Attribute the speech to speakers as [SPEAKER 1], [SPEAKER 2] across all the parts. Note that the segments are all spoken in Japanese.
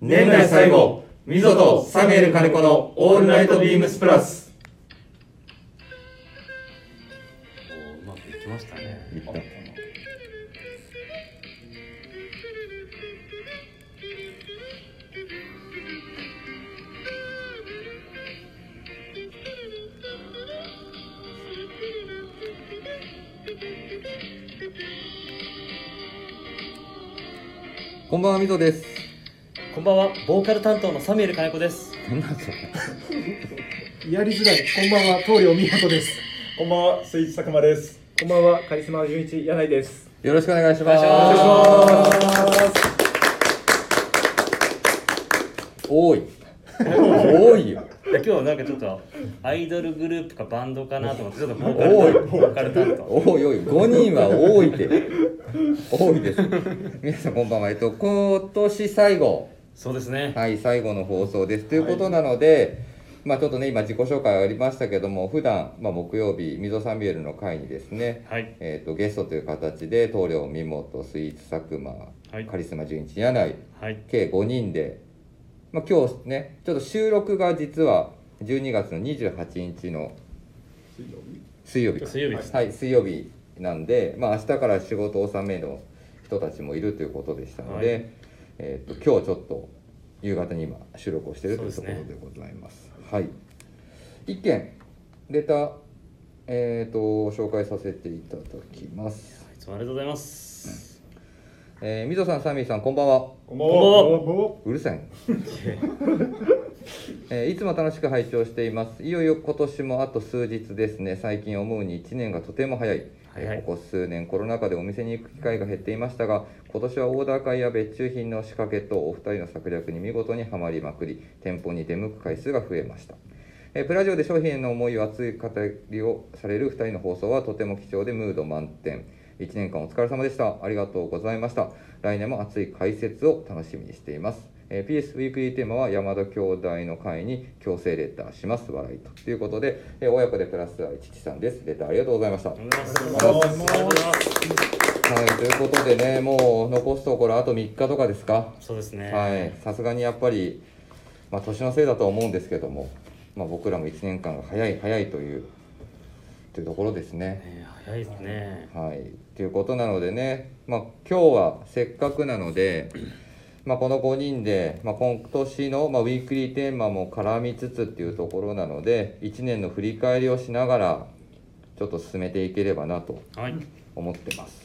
[SPEAKER 1] 年内最後、ミゾとサミュエル金子のオールナイトビームスプラス。
[SPEAKER 2] おうまくいきましたね
[SPEAKER 3] いったこんばんはみぞです
[SPEAKER 4] こんばんは、ボーカル担当のサミュエル金子です。
[SPEAKER 3] なんなんそれ
[SPEAKER 5] やりづらい。こんばんは、棟梁美穂です。
[SPEAKER 6] こんばんは、スイーツ佐久間です。
[SPEAKER 5] こんばんは、カリスマ純一柳井です。
[SPEAKER 3] よろしくお願いします
[SPEAKER 4] お願いします
[SPEAKER 3] 多い多いよ
[SPEAKER 4] いや今日なんかちょっとアイドルグループかバンドかなと思って、ちょっとボーカル
[SPEAKER 3] 多い
[SPEAKER 4] ボーカル担当。
[SPEAKER 3] 多い多い5人は多いって多いです皆さんこんばんはえっと今年最後
[SPEAKER 4] そうですね。
[SPEAKER 3] はい、最後の放送です。ということなので、まあちょっとね、今自己紹介ありましたけども、普段、まあ木曜日、溝サミュエルの会にですね、
[SPEAKER 4] はい。
[SPEAKER 3] えっ、と、ゲストという形で、棟梁、三本、スイーツ、佐久間、
[SPEAKER 4] はい
[SPEAKER 3] カリスマ純一、柳井、
[SPEAKER 4] はい。
[SPEAKER 3] 計5人で、まあ今日ね、ちょっと収録が実は12月の28日の水曜日か
[SPEAKER 4] 水曜日です
[SPEAKER 3] はい、水曜日なんで、まあ明日から仕事納めの人たちもいるということでしたので、
[SPEAKER 4] は
[SPEAKER 3] えっ、と今日ちょっと夕方に今収録をしているというと
[SPEAKER 4] そう
[SPEAKER 3] こ
[SPEAKER 4] で
[SPEAKER 3] ろ
[SPEAKER 4] すね
[SPEAKER 3] でございます。はい。一件レターえっ、と紹介させていただきます。
[SPEAKER 4] いつもありがとうございます。
[SPEAKER 3] えー、みぞさん、サミーさん、こんばんは。
[SPEAKER 6] こんばん
[SPEAKER 4] こ
[SPEAKER 3] うるさ い、ねえーいつも楽しく拝聴していますいよいよ今年もあと数日ですね最近思うに1年がとても早い、
[SPEAKER 4] 早い
[SPEAKER 3] えーここ数年コロナ禍でお店に行く機会が減っていましたが今年はオーダー会や別注品の仕掛けとお二人の策略に見事にはまりまくり店舗に出向く回数が増えましたえープラジオで商品への思いを熱い語りをされる2人の放送はとても貴重でムード満点1年間お疲れ様でしたありがとうございました来年も熱い解説を楽しみにしています、えー PS ウィークリーテーマは山田兄弟の会に強制レターします笑いということで、えー親子でプラス愛父さんですレターありがとうございましたは
[SPEAKER 4] んばんは。ありが
[SPEAKER 6] は
[SPEAKER 4] とう
[SPEAKER 6] よう
[SPEAKER 4] ご
[SPEAKER 6] ご
[SPEAKER 4] ざ
[SPEAKER 6] ざ
[SPEAKER 4] い
[SPEAKER 6] い
[SPEAKER 4] ま。
[SPEAKER 6] ます
[SPEAKER 4] あ
[SPEAKER 3] いと
[SPEAKER 4] りがとうございます。
[SPEAKER 3] いうことでねもう残すところあと3日とかですか
[SPEAKER 4] そうですね。
[SPEAKER 3] はいさすがにやっぱり、まあ、年のせいだとは思うんですけども、まあ、僕らも1年間が早い早いというというところですね。
[SPEAKER 4] ね早いですね。
[SPEAKER 3] はい、ということなのでね、まあ、今日はせっかくなので、まあ、この5人で、まあ、今年の、まあ、ウィークリーテーマも絡みつつっていうところなので1年の振り返りをしながらちょっと進めていければなと
[SPEAKER 4] はい。
[SPEAKER 3] 思ってます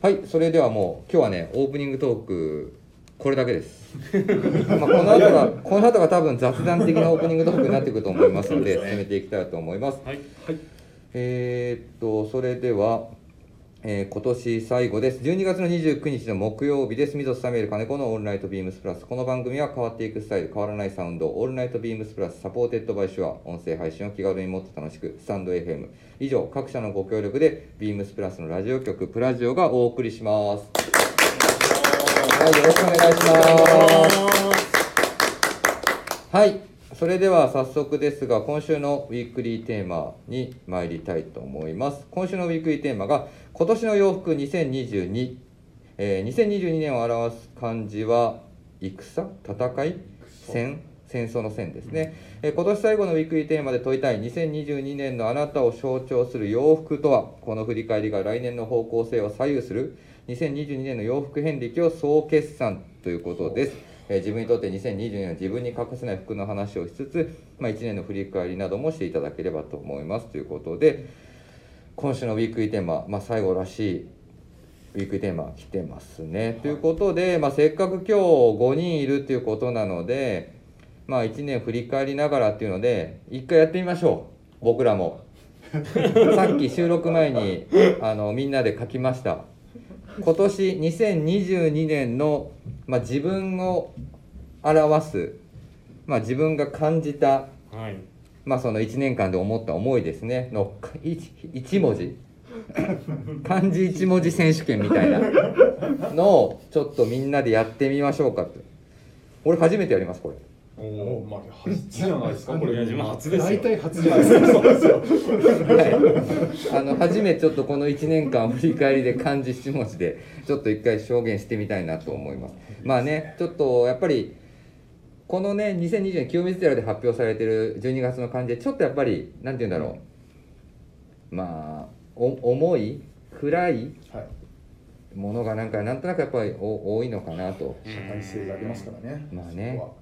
[SPEAKER 3] はいそれではもう今日はねオープニングトークこれだけです まあこの後がこの後が多分雑談的なオープニングトークになってくると思いますので進めていきたいと思います
[SPEAKER 4] はい。
[SPEAKER 3] えーっとそれでは、えー今年最後です12月の29日の木曜日です水戸サミュエル金子の「オールナイトビームスプラス」この番組は変わっていくスタイル変わらないサウンド「オールナイトビームスプラス」サポーテッドバイシュア音声配信を気軽にもっと楽しくスタンド FM 以上各社のご協力でビームスプラスのラジオ局プラジオがお送りしますはいよろしくお願いしますはいそれでは早速ですが今週のウィークリーテーマに参りたいと思います今週のウィークリーテーマが「今年の洋服2022」えー2022年を表す漢字は戦戦い戦戦争の戦ですね、えー今年最後のウィークリーテーマで問いたい2022年のあなたを象徴する洋服とはこの振り返りが来年の方向性を左右する2022年の洋服遍歴を総決算ということです、えー自分にとって2022年は自分に欠かせない服の話をしつつ、まあ、1年の振り返りなどもしていただければと思いますということで今週のウィークリーテーマ、まあ、最後らしいウィークテーマ来てますね。ということで、まあ、せっかく今日5人いるっていうことなので、まあ、1年振り返りながらっていうので一回やってみましょう僕らもさっき収録前にあのみんなで書きました今年2022年の、まあ、自分を表す、まあ、自分が感じた、
[SPEAKER 4] はい。
[SPEAKER 3] まあ、その1年間で思った思いですねの 1, 文字漢字1文字選手権みたいなのをちょっとみんなでやってみましょうかと俺初めてやりますこれ。
[SPEAKER 6] おお、まあ、初じゃないですか、これ。
[SPEAKER 4] いや自分初です
[SPEAKER 5] 大
[SPEAKER 4] よ。
[SPEAKER 5] 体初じゃないですか。
[SPEAKER 3] はい、あの初めてちょっとこの1年間を振り返りで漢字7文字でちょっと一回証言してみたいなと思いますまあねちょっとやっぱりこのね2020年清水寺で発表されてる12月の感じでちょっとやっぱりなんて言うんだろう、まあお重い暗い
[SPEAKER 6] はい。
[SPEAKER 3] ものがなんかなんとなくやっぱりお多いのかなと、
[SPEAKER 6] 社会性がありますからね。
[SPEAKER 3] まあね
[SPEAKER 6] そこは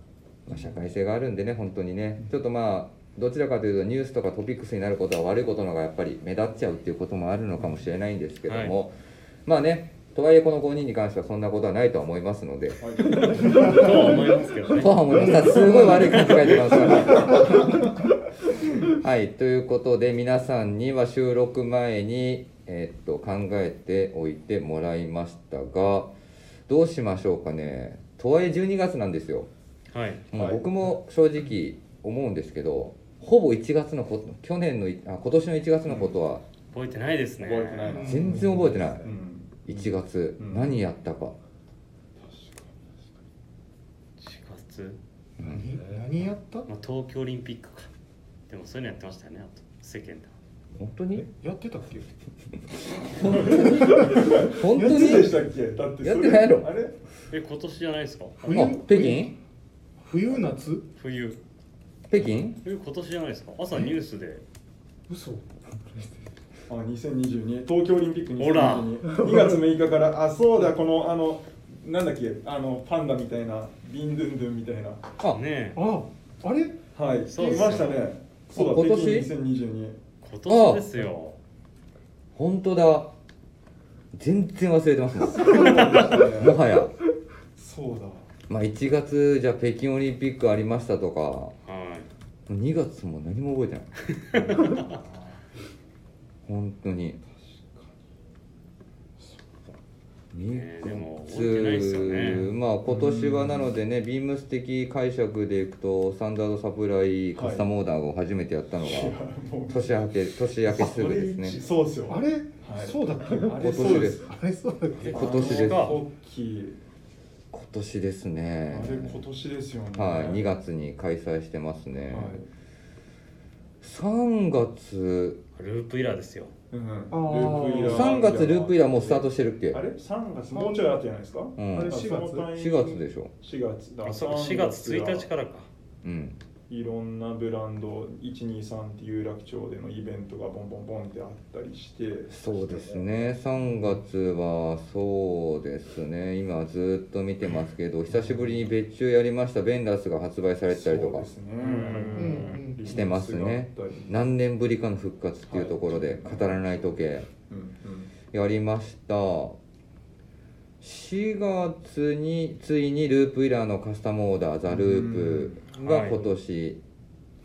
[SPEAKER 3] まあ、社会性があるんでね本当にねちょっとまあどちらかというとニュースとかトピックスになることは悪いことの方がやっぱり目立っちゃうっていうこともあるのかもしれないんですけども、まあねとはいえこの5人に関してはそんなことはないとは思いますので。
[SPEAKER 4] とは思いますけどね
[SPEAKER 3] とは思います。すごい悪い感じが出てますから。はい、ということで皆さんには収録前に、えーっと考えておいてもらいましたがどうしましょうかねとはいえ12月なんですよ
[SPEAKER 4] はい
[SPEAKER 3] も
[SPEAKER 6] は
[SPEAKER 3] う
[SPEAKER 6] い
[SPEAKER 3] 僕も正直思うんですけどほぼ1月のこと去年のいあ今年の1月のことは
[SPEAKER 4] 覚えてないですね
[SPEAKER 6] 覚えてないな。
[SPEAKER 3] 全然覚えてない、
[SPEAKER 6] うん。
[SPEAKER 3] 1月
[SPEAKER 6] うん
[SPEAKER 3] 何やったか、
[SPEAKER 4] 4月、
[SPEAKER 5] 何何やった
[SPEAKER 4] まあ、東京オリンピックかでもそういうのやってましたよねあと世間では
[SPEAKER 3] 本当に
[SPEAKER 5] やってたっけ
[SPEAKER 3] 本当
[SPEAKER 6] い
[SPEAKER 3] に
[SPEAKER 6] つでしたっけ？だってそれ
[SPEAKER 3] やってないやろ
[SPEAKER 6] あれ？
[SPEAKER 4] え今年じゃないですか
[SPEAKER 5] 冬
[SPEAKER 3] あ北京
[SPEAKER 5] 冬夏
[SPEAKER 4] 冬
[SPEAKER 3] 北京
[SPEAKER 4] え今年じゃないですか朝ニュースで
[SPEAKER 5] 嘘
[SPEAKER 6] あ、2022東京オリンピック
[SPEAKER 4] ほら
[SPEAKER 6] 2022。2月6日からあそうだこのあのなんだっけあのパンダみたいなビンドゥンドゥンみたいな
[SPEAKER 3] あ
[SPEAKER 4] ねえ
[SPEAKER 5] ああれ
[SPEAKER 6] はい。
[SPEAKER 4] そうで
[SPEAKER 6] い
[SPEAKER 4] すよ
[SPEAKER 6] ましたね。そうだ
[SPEAKER 3] 今年
[SPEAKER 6] 北京2022。
[SPEAKER 4] 今年ですよ
[SPEAKER 3] 本当だ全然忘れてますもん もはや
[SPEAKER 6] そうだ。
[SPEAKER 3] まあ1月じゃあ北京オリンピックありましたとかも
[SPEAKER 4] は
[SPEAKER 3] う2月も何も覚えてない 本当に
[SPEAKER 4] ねえでも覚えてないですよ
[SPEAKER 3] 2
[SPEAKER 4] ね
[SPEAKER 3] 月まあ今年はなのでねビームス的解釈でいくとスタンダードサプライカスタムオーダーを初めてやったのが
[SPEAKER 6] いやもう。
[SPEAKER 3] 年明け年明けすぐですね
[SPEAKER 6] それ一そうですよ。
[SPEAKER 5] あれ、
[SPEAKER 6] はい
[SPEAKER 5] そうだっけ
[SPEAKER 6] あれ
[SPEAKER 3] 今年です
[SPEAKER 5] あれそうだっけ
[SPEAKER 4] い
[SPEAKER 3] 今年です
[SPEAKER 6] あのホッキー
[SPEAKER 3] 今年です
[SPEAKER 6] あ
[SPEAKER 3] ね
[SPEAKER 6] れ今年ですよね。
[SPEAKER 3] はい、2月に開催してますね、
[SPEAKER 6] はい
[SPEAKER 3] 3月
[SPEAKER 4] ループイラーですよ
[SPEAKER 6] うん、ル
[SPEAKER 5] ー
[SPEAKER 6] ープイラー
[SPEAKER 3] 3月ループイラーもうスタートしてるっけ
[SPEAKER 6] あれ3月もうちょい後じゃないですか、
[SPEAKER 3] ん
[SPEAKER 5] あれ4
[SPEAKER 3] 4
[SPEAKER 5] 月
[SPEAKER 3] 月でしょ
[SPEAKER 6] 4月だ
[SPEAKER 4] あそうか4月1日
[SPEAKER 6] ら
[SPEAKER 4] からか
[SPEAKER 3] うん
[SPEAKER 6] いろんなブランド123って有楽町でのイベントがボンボンボンってあったりして
[SPEAKER 3] そうですね3月はそうですね今ずっと見てますけど久しぶりに別注やりましたベンダースが発売されたりと
[SPEAKER 6] そう
[SPEAKER 3] か
[SPEAKER 6] ですね、
[SPEAKER 5] んうん
[SPEAKER 3] してますね
[SPEAKER 6] リリースがあったり
[SPEAKER 3] 何年ぶりかの復活っていうところで語らない時計
[SPEAKER 6] うん
[SPEAKER 3] やりました4月についにループイラーのカスタムオーダーザ・ループが今年、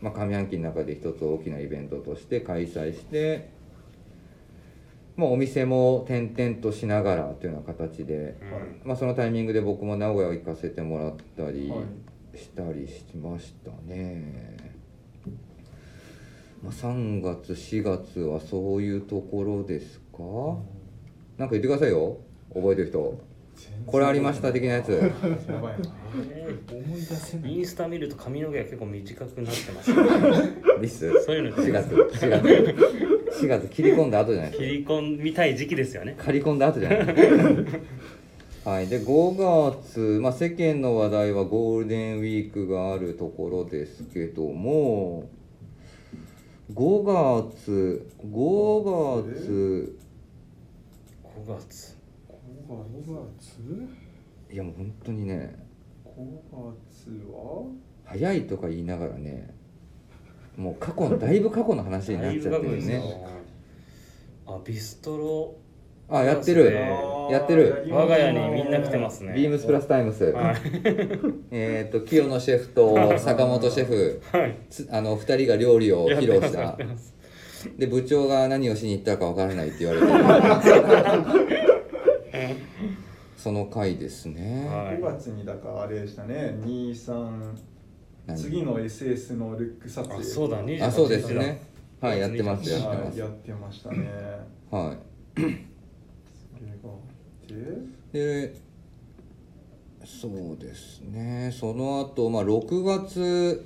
[SPEAKER 3] まあ、上半期の中で一つ大きなイベントとして開催して、まあ、お店も転々としながらというような形で、
[SPEAKER 6] うんはい
[SPEAKER 3] まあ、そのタイミングで僕も名古屋行かせてもらったり
[SPEAKER 6] は
[SPEAKER 3] したりしましたね、まあ、3月4月はそういうところですか、なんか言ってくださいよ覚えてる人これありました的なやつ
[SPEAKER 6] やばいな
[SPEAKER 5] 思い出せない
[SPEAKER 4] インスタ見ると髪の毛が結構短くなっ てます、ね、
[SPEAKER 3] リス
[SPEAKER 4] そういうの
[SPEAKER 3] 4月4月4月切り込んだ後じゃない
[SPEAKER 4] 切り込みたい時期ですよね
[SPEAKER 3] 刈り込んだ後じゃない はいで5月、まあ、世間の話題はゴールデンウィークがあるところですけども5月5月
[SPEAKER 4] 5月
[SPEAKER 6] 5
[SPEAKER 5] 5月
[SPEAKER 3] いやもう本当にね
[SPEAKER 6] 月5
[SPEAKER 3] 早いとか言いながらねもう過去のだいぶ過去の話になっちゃってるよ
[SPEAKER 4] だいぶ過去
[SPEAKER 3] ね
[SPEAKER 4] ですよあビストロ
[SPEAKER 3] あやって
[SPEAKER 4] え
[SPEAKER 3] る
[SPEAKER 6] 月は
[SPEAKER 3] やってる
[SPEAKER 4] 我が家にみんな来てますね
[SPEAKER 3] ビームスプラスタイムス
[SPEAKER 4] はい
[SPEAKER 3] えっと清野シェフと坂本シェフ
[SPEAKER 4] はい
[SPEAKER 3] つあの2人が料理を披露し
[SPEAKER 4] やったてます
[SPEAKER 3] で部長が何をしに行ったかわからないって言われてその回ですね、
[SPEAKER 4] はい
[SPEAKER 6] 5月にだからあれでしたね23
[SPEAKER 3] 何
[SPEAKER 6] 次の SS のルック撮
[SPEAKER 4] あ
[SPEAKER 6] 影
[SPEAKER 4] そうだね
[SPEAKER 3] あそうですねはいやってますやってま
[SPEAKER 6] はい、
[SPEAKER 3] す
[SPEAKER 6] やってましたね。
[SPEAKER 3] はい
[SPEAKER 6] それがで、
[SPEAKER 3] でそうですねその後まあ6月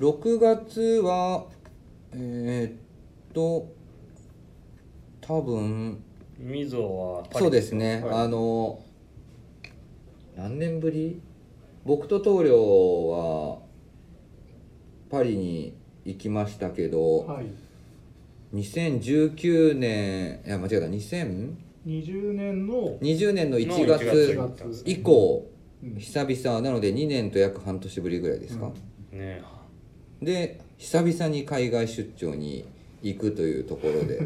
[SPEAKER 3] 6月はえーっと多分
[SPEAKER 4] みぞはパリ
[SPEAKER 3] そうですね、
[SPEAKER 6] はい
[SPEAKER 3] あの何年ぶり僕と棟梁はパリに行きましたけど、
[SPEAKER 5] はい
[SPEAKER 3] 2019年いや間違えた2020
[SPEAKER 5] 20年の
[SPEAKER 3] 年の1
[SPEAKER 4] の1
[SPEAKER 3] 月
[SPEAKER 4] 月
[SPEAKER 3] 以降
[SPEAKER 5] うん
[SPEAKER 3] 久々なので2年と約半年ぶりぐらいですか、
[SPEAKER 4] ねえ
[SPEAKER 3] で久々に海外出張に行くというところで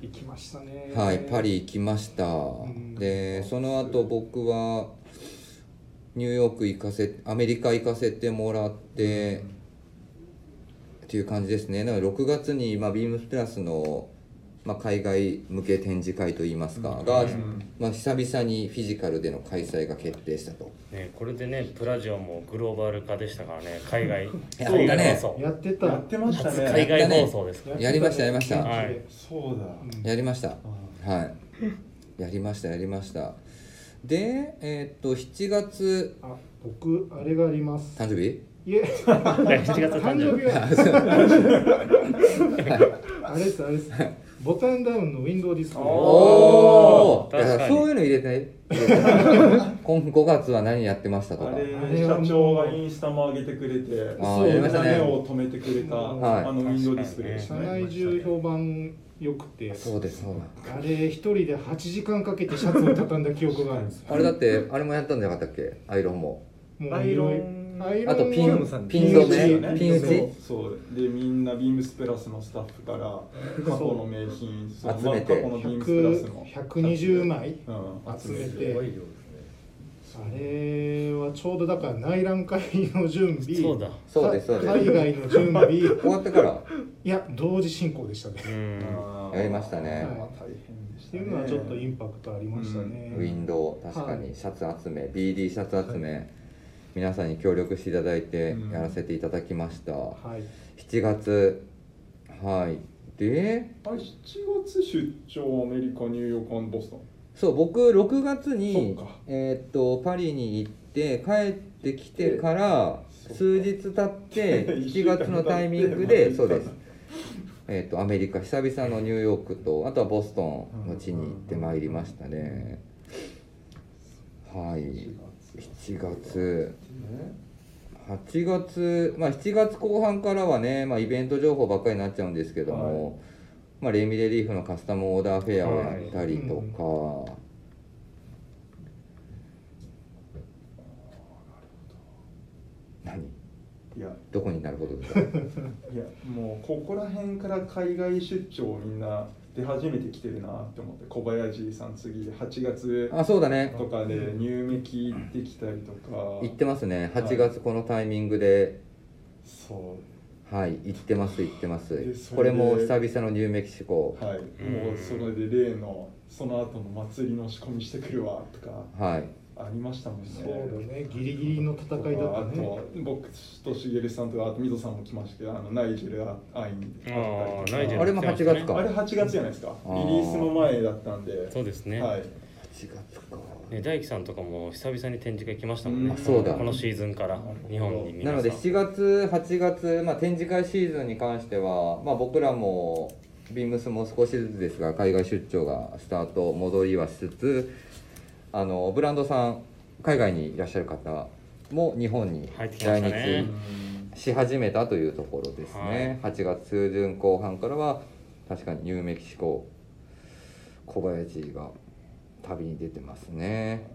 [SPEAKER 5] 行きましたね
[SPEAKER 3] はいパリ行きました、
[SPEAKER 5] ん
[SPEAKER 3] でその後僕はニューヨーク行かせアメリカ行かせてもらって、っていう感じですねなので6月に、まあ、ビームスプラスの、まあ、海外向け展示会といいますか、が、まあ、久々にフィジカルでの開催が決定したと
[SPEAKER 4] ねこれでねプラジオもグローバル化でしたからね 海外
[SPEAKER 3] やったね
[SPEAKER 4] そう
[SPEAKER 5] やってた
[SPEAKER 6] やってました
[SPEAKER 4] そう海
[SPEAKER 6] ね
[SPEAKER 4] 外放送ですから
[SPEAKER 3] やりましたやりました
[SPEAKER 4] はい
[SPEAKER 6] そうだ
[SPEAKER 3] やりました
[SPEAKER 6] あ
[SPEAKER 3] はい。やりました、やりました。で、えーっと、7月、
[SPEAKER 5] あ僕あれがあります
[SPEAKER 3] 誕生日
[SPEAKER 5] いえ
[SPEAKER 4] 7月誕
[SPEAKER 5] 誕
[SPEAKER 4] 生
[SPEAKER 5] 生
[SPEAKER 4] 日
[SPEAKER 5] 日が あれですあれですボタンダウンのウィンドウディスプレイ
[SPEAKER 4] おー
[SPEAKER 3] だから
[SPEAKER 4] 確かに
[SPEAKER 3] そういうの入れない入れない 今5月は何やってましたと
[SPEAKER 6] あ
[SPEAKER 3] か。
[SPEAKER 6] れ社長がインスタも上げてくれて
[SPEAKER 3] あーやりましたね
[SPEAKER 6] 目を止めてくれた、
[SPEAKER 3] はい
[SPEAKER 6] あのウィンドウディスプレイです
[SPEAKER 5] 社
[SPEAKER 6] ね
[SPEAKER 5] 内中評判良くて
[SPEAKER 3] そうです、そうだ。
[SPEAKER 5] あれ一人で8時間かけてシャツを畳んだ記憶があるんです よ
[SPEAKER 3] あれだって、あれもやったんじゃなかったっけアイロンも。
[SPEAKER 5] もう
[SPEAKER 7] アイロン
[SPEAKER 5] アイロン
[SPEAKER 3] あとピ
[SPEAKER 5] は
[SPEAKER 3] ン、ピン染め、ピン打
[SPEAKER 6] そ
[SPEAKER 3] ち
[SPEAKER 6] うそうでみんなビームスプラスのスタッフから過去の名品そう
[SPEAKER 3] 集めて
[SPEAKER 6] まあ過去のビームスプラスの
[SPEAKER 5] 100 120枚
[SPEAKER 6] うん
[SPEAKER 5] 集めて
[SPEAKER 7] ごい量ですね
[SPEAKER 5] あれはちょうどだから内覧会の準備
[SPEAKER 4] そうだ
[SPEAKER 3] そうです、そう
[SPEAKER 5] 海
[SPEAKER 3] です。
[SPEAKER 5] 外の準 備
[SPEAKER 3] 終わってから
[SPEAKER 5] いや同時進行でしたね
[SPEAKER 4] うん
[SPEAKER 6] あー
[SPEAKER 3] やりましたね
[SPEAKER 6] まあ大変でし
[SPEAKER 5] ったて
[SPEAKER 6] ね
[SPEAKER 5] いうのはちょっとインパクトありましたね、
[SPEAKER 3] ウィンドウ、確かにシャツ集め、BD シャツ集め、皆さんに協力していただいて
[SPEAKER 6] うん
[SPEAKER 3] やらせていただきました。
[SPEAKER 5] はい
[SPEAKER 3] 7月はいで
[SPEAKER 6] あれ7月出張アメリカニューヨークボストン
[SPEAKER 3] そう僕6月に
[SPEAKER 6] そっか
[SPEAKER 3] えーっとパリに行って帰ってきてから
[SPEAKER 6] そっか
[SPEAKER 3] 数日経って
[SPEAKER 6] 1
[SPEAKER 3] 7月のタイミングでそうですえーっとアメリカ久々のニューヨークとあとはボストンの地に行ってまいりましたねはい7月8月、まあ、7月後半からはね、まあ、イベント情報ばっかりになっちゃうんですけども、まあ、レミレリーフのカスタムオーダーフェアをやったりとか、何
[SPEAKER 6] いや
[SPEAKER 3] どこになることですか
[SPEAKER 6] いやもうここら辺から海外出張みんな出始めてきてるなって思って小林さん次8月
[SPEAKER 3] あそうだね
[SPEAKER 6] とかで入メキ行ってきたりとか
[SPEAKER 3] 行ってますね
[SPEAKER 6] はい
[SPEAKER 3] 8月このタイミングで
[SPEAKER 6] そ
[SPEAKER 3] はい行ってます行ってま
[SPEAKER 6] ですそ
[SPEAKER 3] こ
[SPEAKER 6] れで
[SPEAKER 3] れも久々のニューメキシコ
[SPEAKER 6] うはいもうそれで例のその後の祭りの仕込みしてくるわとか
[SPEAKER 3] はい
[SPEAKER 6] ありましたもんね
[SPEAKER 5] そうだねギリギリの戦いだった
[SPEAKER 6] あ
[SPEAKER 5] ね
[SPEAKER 6] と僕としげるさんとかあとみぞさんも来ましたけどあのナイジェル会いに行ったりとか
[SPEAKER 4] あーナイジェル
[SPEAKER 3] あれも8月か
[SPEAKER 6] あれ8月じゃないですか
[SPEAKER 3] あ
[SPEAKER 6] リリ
[SPEAKER 3] ー
[SPEAKER 6] ースの前だったんで
[SPEAKER 4] そうですね,、
[SPEAKER 6] はい
[SPEAKER 3] 8月か
[SPEAKER 4] ね大樹さんとかも久々に展示会来ましたもん
[SPEAKER 6] う
[SPEAKER 4] ね
[SPEAKER 6] ん
[SPEAKER 3] そうだ
[SPEAKER 4] このシーズンから日本に皆
[SPEAKER 3] な
[SPEAKER 4] さ
[SPEAKER 3] ので
[SPEAKER 4] ん
[SPEAKER 3] 7月8月、まあ、展示会シーズンに関しては、まあ、僕らもビームスも少しずつですが海外出張がスタート戻りはしつつあのブランドさん海外にいらっしゃる方も日本に
[SPEAKER 4] 入ってきま
[SPEAKER 3] 来
[SPEAKER 4] したね
[SPEAKER 3] 日し始めたというところですね、8月中旬後半からは確かにニューメキシコ小林が旅に出てますね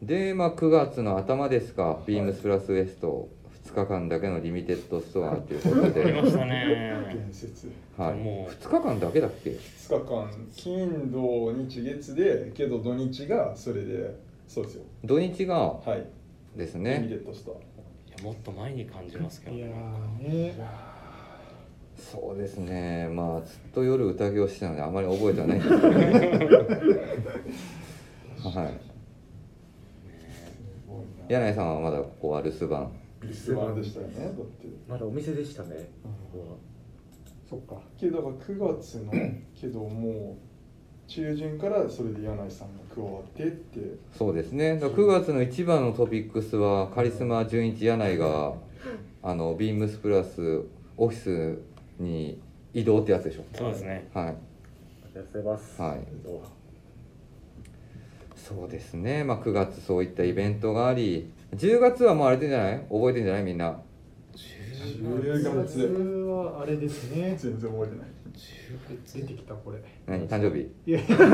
[SPEAKER 3] で、まあ、9月の頭ですか、ビームスプラスウエスト2日間だけのリミテッドストアということ
[SPEAKER 4] 来ま
[SPEAKER 3] で、
[SPEAKER 4] したね
[SPEAKER 6] 伝説
[SPEAKER 3] はい、
[SPEAKER 4] もう
[SPEAKER 3] 2日間だけだっけ
[SPEAKER 6] 2日間金土日月でけど土日がそれでそうですよ
[SPEAKER 3] 土日が
[SPEAKER 6] はい
[SPEAKER 3] です
[SPEAKER 6] ミレ
[SPEAKER 3] ね
[SPEAKER 6] ットした
[SPEAKER 4] いやもっと前に感じますけど
[SPEAKER 5] いや
[SPEAKER 4] ね
[SPEAKER 5] ーね
[SPEAKER 3] そうですねまあずっと夜宴をしてたのであまり覚えてはないんですけど、はい、柳井さんはまだここは留守番
[SPEAKER 6] リスワンでしたよねだって
[SPEAKER 7] まだお店でしたねここは
[SPEAKER 5] そっか
[SPEAKER 6] けどだから9月 のけどもう中旬からそれで柳井さんが加わってって
[SPEAKER 3] そうですねだから9月の一番のトピックスはカリスマ純一柳井があのビームスプラスオフィスに移動ってやつでしょ
[SPEAKER 4] そうですね
[SPEAKER 3] はい
[SPEAKER 7] ありがとうございます
[SPEAKER 3] はい
[SPEAKER 7] どうも
[SPEAKER 3] そうですね、まあ、9月そういったイベントがあり10月はもうあれでじゃない覚えてんじゃないみんな
[SPEAKER 6] 10月
[SPEAKER 5] はあれですね
[SPEAKER 6] 全然覚えてない
[SPEAKER 5] 出てきたこれ
[SPEAKER 3] 何誕生日
[SPEAKER 5] いや確か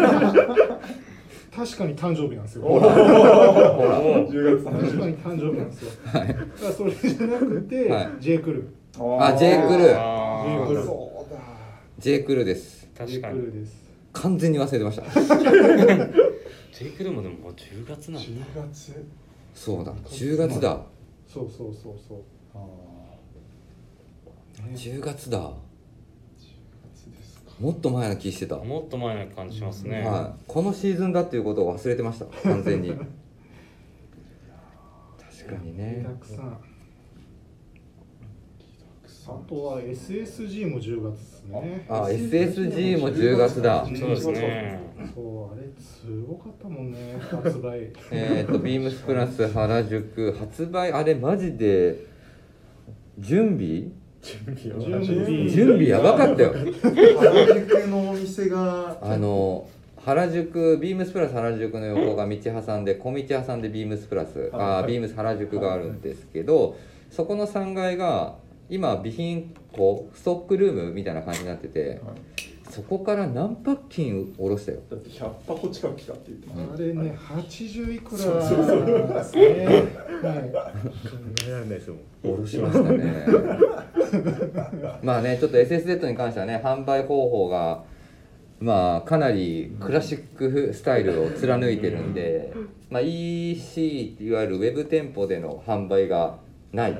[SPEAKER 5] に誕生日なんですよ
[SPEAKER 6] お
[SPEAKER 5] 確
[SPEAKER 6] 10月
[SPEAKER 5] か
[SPEAKER 6] 30
[SPEAKER 5] に誕生日なんですよだからそれじゃなくて、
[SPEAKER 3] はい
[SPEAKER 5] J クル
[SPEAKER 6] あ
[SPEAKER 3] あ J. クル
[SPEAKER 6] ー
[SPEAKER 5] J. クル
[SPEAKER 6] そうだ
[SPEAKER 3] J クルーです
[SPEAKER 4] 確
[SPEAKER 5] J ク
[SPEAKER 4] かに
[SPEAKER 5] ルです
[SPEAKER 3] 完全に忘れてました
[SPEAKER 4] ジェイクルーもでももう10月なんだ
[SPEAKER 6] 10月
[SPEAKER 3] そうだ10月だ
[SPEAKER 5] そうそうそうそう
[SPEAKER 6] ああ
[SPEAKER 3] 10月だ
[SPEAKER 6] 10月ですか
[SPEAKER 3] もっと前な気してた、
[SPEAKER 4] もっと前な感じしますね、
[SPEAKER 3] はい、このシーズンだっていうことを忘れてました完全に確かにね
[SPEAKER 5] たくさん
[SPEAKER 6] たく
[SPEAKER 5] あ
[SPEAKER 6] さん
[SPEAKER 5] とは SSG も10月ですね
[SPEAKER 3] あ SSG も10月だ
[SPEAKER 4] そうですね
[SPEAKER 5] そうあれすごかったもんね発売
[SPEAKER 3] えっとビームスプラス原宿発売あれマジで準備
[SPEAKER 5] 準備
[SPEAKER 3] 準備やばかったよ
[SPEAKER 6] 原宿のお店が
[SPEAKER 3] あの原宿ビームスプラス原宿の横が道挟んで小道挟んでビームスプラスあービームス原宿があるんですけどそこの3階が今備品庫ストックルームみたいな感じになってて
[SPEAKER 6] はい
[SPEAKER 3] そこから何パッキン下ろしたよ
[SPEAKER 6] だって100箱近く来たって言ってまし
[SPEAKER 5] あれね80いくらなんですねは
[SPEAKER 7] えられないですもん
[SPEAKER 3] 下ろしましたねまあねち ょっと SSZ に関してはね販売方法がまあかなりクラシックスタイルを貫いてるんで、まあ、EC っていわゆるウェブ店舗での販売がない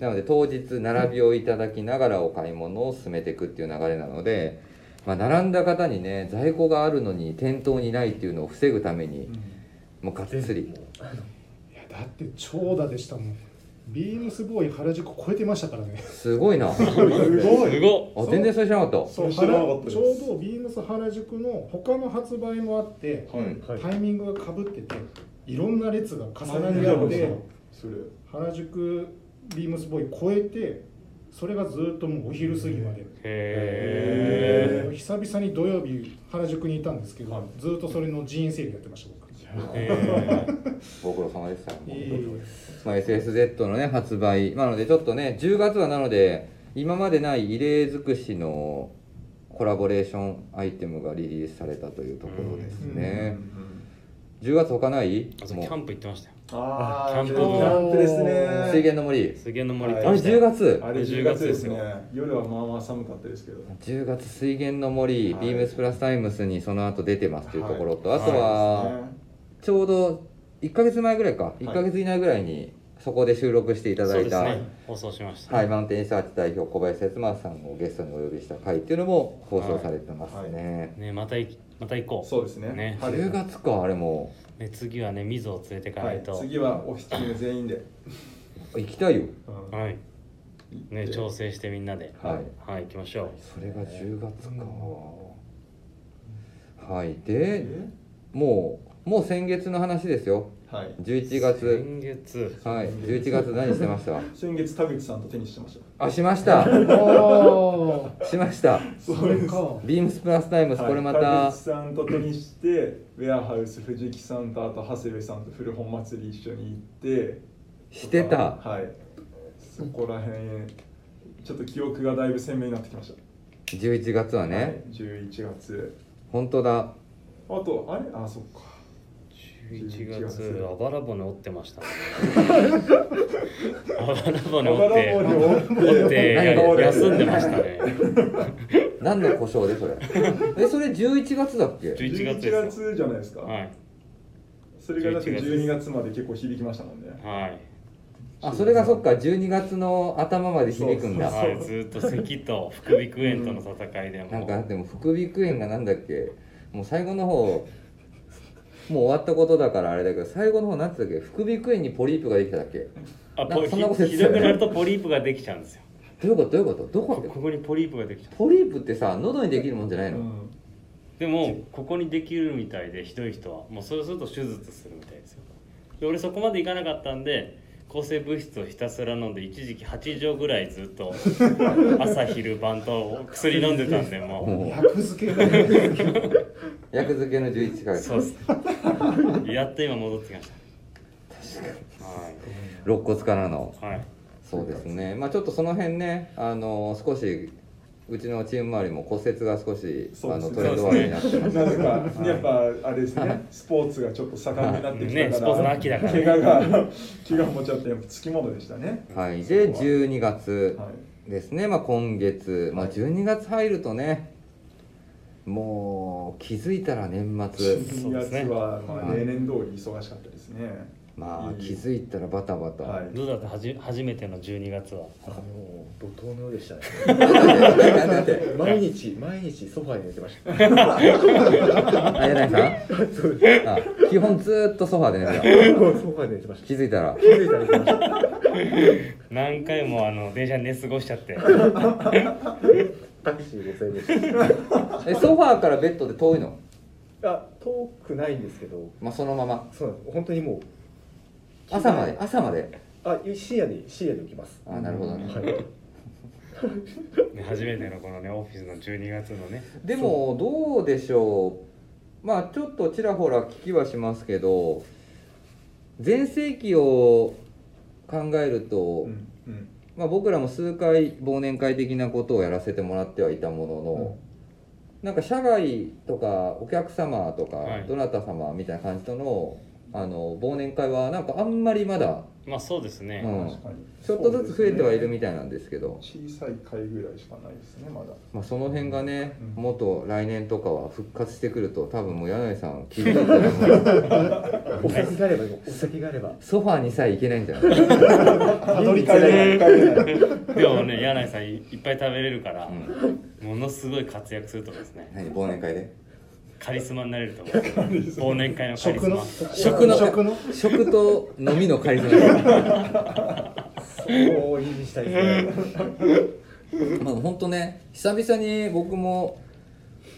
[SPEAKER 3] なので当日並びをいただきながらお買い物を進めていくっていう流れなので、まあ、並んだ方にね在庫があるのに店頭にないっていうのを防ぐためにもうがっつり
[SPEAKER 5] いいやだって長蛇でしたもんビームスボーイ原宿超えてましたからね
[SPEAKER 3] すごいなあ
[SPEAKER 6] たすご
[SPEAKER 4] すごっ
[SPEAKER 3] 全然それ知らなかった
[SPEAKER 6] そう
[SPEAKER 5] 原
[SPEAKER 6] 知らなかったです
[SPEAKER 5] ちょうどビームス原宿の他の発売もあって
[SPEAKER 6] はい
[SPEAKER 7] はい
[SPEAKER 5] タイミングがかぶってていろんな列が重なり合って
[SPEAKER 6] それ
[SPEAKER 5] 原宿ビームスボーイ超えてそれがずっともうお昼過ぎまで
[SPEAKER 4] へえ
[SPEAKER 5] 久々に土曜日原宿にいたんですけど、
[SPEAKER 6] はい
[SPEAKER 5] ずっとそれの人員整理やってました僕
[SPEAKER 3] ご苦労様でした
[SPEAKER 5] いい
[SPEAKER 3] まあ、SSZ のね発売なのでちょっとね10月はなので今までない異例尽くしのコラボレーションアイテムがリリースされたというところですね、10月他ない
[SPEAKER 4] あとキ
[SPEAKER 3] も
[SPEAKER 4] ャ
[SPEAKER 3] う
[SPEAKER 4] ンプ行ってましたよ
[SPEAKER 6] ああ
[SPEAKER 4] キャ
[SPEAKER 6] キ
[SPEAKER 4] ンプ
[SPEAKER 6] ャンプですね
[SPEAKER 3] 水源の森
[SPEAKER 4] すげえの森
[SPEAKER 3] あ
[SPEAKER 4] 行
[SPEAKER 3] れ
[SPEAKER 4] ってました
[SPEAKER 3] 10
[SPEAKER 4] よ
[SPEAKER 3] 月
[SPEAKER 6] あれ10月ですね夜はまあまあ寒かったですけど
[SPEAKER 3] 10月水源の森、
[SPEAKER 6] はい
[SPEAKER 3] ビームスプラスタイムスにその後出てますというところと、
[SPEAKER 6] は
[SPEAKER 3] あとは、ちょうど1ヶ月前ぐらいか1ヶ月以内ぐらいにそこで収録していただ
[SPEAKER 4] そう
[SPEAKER 3] い
[SPEAKER 4] で
[SPEAKER 3] た、
[SPEAKER 4] すね放送しました、
[SPEAKER 3] はい、マウンテンリサーチ代表小林節馬さんをゲストにお呼びした回っていうのも放送されてますね。
[SPEAKER 4] ねまたいまた行こう
[SPEAKER 6] そうですね
[SPEAKER 4] ね
[SPEAKER 6] 春
[SPEAKER 3] 10月かあれも
[SPEAKER 4] ね次はね水を連れていか
[SPEAKER 6] は
[SPEAKER 4] ない
[SPEAKER 6] い
[SPEAKER 4] と、
[SPEAKER 6] 次はおひつめ全員で
[SPEAKER 3] 行きたいよ。
[SPEAKER 6] うん
[SPEAKER 4] はいね、
[SPEAKER 6] で
[SPEAKER 4] 調整してみんなで、
[SPEAKER 3] はい
[SPEAKER 4] はい、行きましょう。
[SPEAKER 3] それが10月
[SPEAKER 5] う
[SPEAKER 3] か。はい、で
[SPEAKER 6] え
[SPEAKER 3] もうもう先月の話ですよ。
[SPEAKER 6] はい
[SPEAKER 3] 11月
[SPEAKER 4] 先月、
[SPEAKER 3] はい11月何してました？
[SPEAKER 6] 先月田口さんとテニスしてまし
[SPEAKER 3] あしました
[SPEAKER 5] あ
[SPEAKER 3] しました。
[SPEAKER 6] た
[SPEAKER 5] ーそれか
[SPEAKER 3] ビームスプラスタイムス
[SPEAKER 6] はい
[SPEAKER 3] これま
[SPEAKER 6] 田
[SPEAKER 3] た
[SPEAKER 6] 口さんと手にしてウェアハウス藤木さんとあと長谷部さんと古本祭り一緒に行って
[SPEAKER 3] してた。
[SPEAKER 6] はいそこら辺ちょっと記憶がだいぶ鮮明になってきました
[SPEAKER 3] 11月は
[SPEAKER 6] はい
[SPEAKER 3] ね、
[SPEAKER 6] 11月
[SPEAKER 3] 本当だ。
[SPEAKER 6] あとあれあそっか
[SPEAKER 4] 11
[SPEAKER 6] 11
[SPEAKER 4] 月
[SPEAKER 6] 月、
[SPEAKER 4] あばら骨折ってました、ね。あばら骨
[SPEAKER 6] あばら骨
[SPEAKER 4] 折
[SPEAKER 6] 折
[SPEAKER 4] って、折っ
[SPEAKER 6] って
[SPEAKER 4] て
[SPEAKER 3] 何
[SPEAKER 4] や
[SPEAKER 3] が
[SPEAKER 4] 休んでましたね。
[SPEAKER 3] 何の故障でそれ？えそれ11月だっけ？
[SPEAKER 4] 11月
[SPEAKER 6] 11
[SPEAKER 4] ですよ。
[SPEAKER 6] 月じゃないですか、
[SPEAKER 4] はい、
[SPEAKER 6] それがだって
[SPEAKER 4] 11月
[SPEAKER 6] 12月まで結構響きましたもんね
[SPEAKER 4] はい、
[SPEAKER 3] あそれがそっか12月の頭まで響くんだ
[SPEAKER 6] そう
[SPEAKER 4] はい、ずーっと咳と副鼻腔炎との戦いで
[SPEAKER 3] なん
[SPEAKER 4] も
[SPEAKER 3] かでも副鼻腔炎がなんだっけもう最後の方もう終わったことだからあれだけど最後の方なんつったっけ副鼻腔炎にポリープができただっけど
[SPEAKER 4] あ
[SPEAKER 3] なん
[SPEAKER 4] ポ
[SPEAKER 3] か
[SPEAKER 4] リ
[SPEAKER 3] そんなこと
[SPEAKER 4] ひ
[SPEAKER 3] 言って
[SPEAKER 4] ひ
[SPEAKER 3] たよ
[SPEAKER 4] ど
[SPEAKER 3] ね
[SPEAKER 4] くなるとポリープができちゃうんですよ。
[SPEAKER 3] ういうことどういうことどこ
[SPEAKER 4] こ
[SPEAKER 3] で
[SPEAKER 4] こにポリープができちゃう。
[SPEAKER 3] ポリープってさ喉にできるもんじゃないうの、
[SPEAKER 6] ん
[SPEAKER 4] でもここにできるみたいでひどい人はもうそれすると手術するみたいですよで俺そこまでいかなかったんで抗生物質をひたすら飲んで一時期8錠ぐらいずっ と朝昼晩と薬飲んでたんでも
[SPEAKER 5] 役付けがね
[SPEAKER 3] 薬漬けの11回
[SPEAKER 4] うそうっすねやっと今戻ってきました
[SPEAKER 3] 肋骨からの
[SPEAKER 4] はい、はい、
[SPEAKER 3] そうですねまあちょっとその辺ねあの少しうちのチーム周りも骨折が少しあ
[SPEAKER 6] そうで
[SPEAKER 3] の
[SPEAKER 6] すね
[SPEAKER 3] トレンドワードになってます
[SPEAKER 6] なぜかやっぱあれですねスポーツがちょっと盛んになってきたから、
[SPEAKER 4] ねスポーツの秋だから
[SPEAKER 6] 怪我が怪我もちょっとやっぱつきものでしたね
[SPEAKER 3] はい、で12月
[SPEAKER 6] はい
[SPEAKER 3] ですね、まあ、今月、まあ、12月入るとねもう気づいたら年末
[SPEAKER 6] 12月はまあ例年通り忙しかったですね、
[SPEAKER 3] まあ気づいたらバタバタ、
[SPEAKER 6] はい
[SPEAKER 4] どうだったはじ初めての12月は
[SPEAKER 7] あの怒涛のようでしたね
[SPEAKER 3] なんて
[SPEAKER 7] 毎日毎日ソファーに寝てました
[SPEAKER 3] あ柳井さんあ基本ずーっとソファーで寝て
[SPEAKER 7] ソファーで寝てましたた
[SPEAKER 3] 気づいたら
[SPEAKER 7] 気づいたら寝てました
[SPEAKER 4] 何回もあの電車で寝過ごしちゃって
[SPEAKER 7] タクシー5000円でし
[SPEAKER 3] えソファーからベッドで遠いの
[SPEAKER 7] たあ遠くないんですけど
[SPEAKER 3] まあそのまま
[SPEAKER 7] そうなんです本当にもう
[SPEAKER 3] 朝まで朝まで
[SPEAKER 7] あ深夜に深夜に起きます
[SPEAKER 3] あなるほどね
[SPEAKER 7] はい
[SPEAKER 4] ね初めてのこのねオフィスの12月のね
[SPEAKER 3] でもどうでしょうまあちょっとちらほら聞きはしますけど全盛期を考えると、
[SPEAKER 6] うんうん
[SPEAKER 3] まあ、僕らも数回忘年会的なことをやらせてもらってはいたものの、なんか社外とかお客様とか
[SPEAKER 4] はい
[SPEAKER 3] どなた様みたいな感じとのあの忘年会はなんかあんまりまだ
[SPEAKER 4] まあそうですね、
[SPEAKER 3] うん
[SPEAKER 6] 確かに
[SPEAKER 3] ちょっとずつ増えてはいるみたいなんですけど
[SPEAKER 6] 小さい回ぐらいしかないですねまだ
[SPEAKER 3] まあ、その辺がね、
[SPEAKER 6] うん
[SPEAKER 3] もっと来年とかは復活してくると多分もう柳井さん気づいたらもう
[SPEAKER 7] お酒があればお酒があれば
[SPEAKER 3] ソファーにさえ行けないんじゃないですか、
[SPEAKER 6] たどり帰れない帰れない
[SPEAKER 4] でもね柳井さんいいっぱい食べれるから、
[SPEAKER 3] うん、
[SPEAKER 4] ものすごい活躍すると思いますね
[SPEAKER 3] 何忘年会で
[SPEAKER 4] カリスマになれると思う忘年会のカリスマ
[SPEAKER 5] 食の
[SPEAKER 3] 食の
[SPEAKER 5] 食の
[SPEAKER 3] 食と飲みの会社で
[SPEAKER 7] そう意味したいですね
[SPEAKER 3] まあ本当ね久々に僕も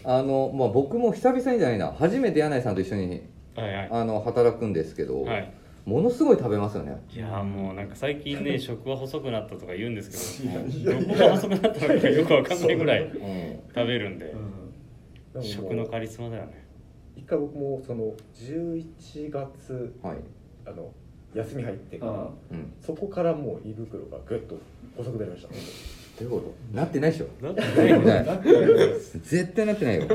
[SPEAKER 3] あのまあ僕も久々にじゃないな初めて柳井さんと一緒に
[SPEAKER 4] はいはい
[SPEAKER 3] あの働くんですけど、
[SPEAKER 4] はい
[SPEAKER 3] ものすごい食べますよね
[SPEAKER 4] いやーもうなんか最近 ね食は細くなったとか言うんですけどどこが細くなったのかよくわかんないぐらい
[SPEAKER 3] うん
[SPEAKER 4] 食べるんで
[SPEAKER 7] でももう
[SPEAKER 4] 食のカリスマだよね
[SPEAKER 7] 一回僕もその11月
[SPEAKER 3] はい、
[SPEAKER 7] あの休み入ってから、
[SPEAKER 6] うん
[SPEAKER 3] うん、
[SPEAKER 7] そこからもう胃袋がぐっと細くなりました
[SPEAKER 3] どういうことなってないでしょ
[SPEAKER 4] だって
[SPEAKER 3] な
[SPEAKER 4] ね
[SPEAKER 3] い絶対なってないよ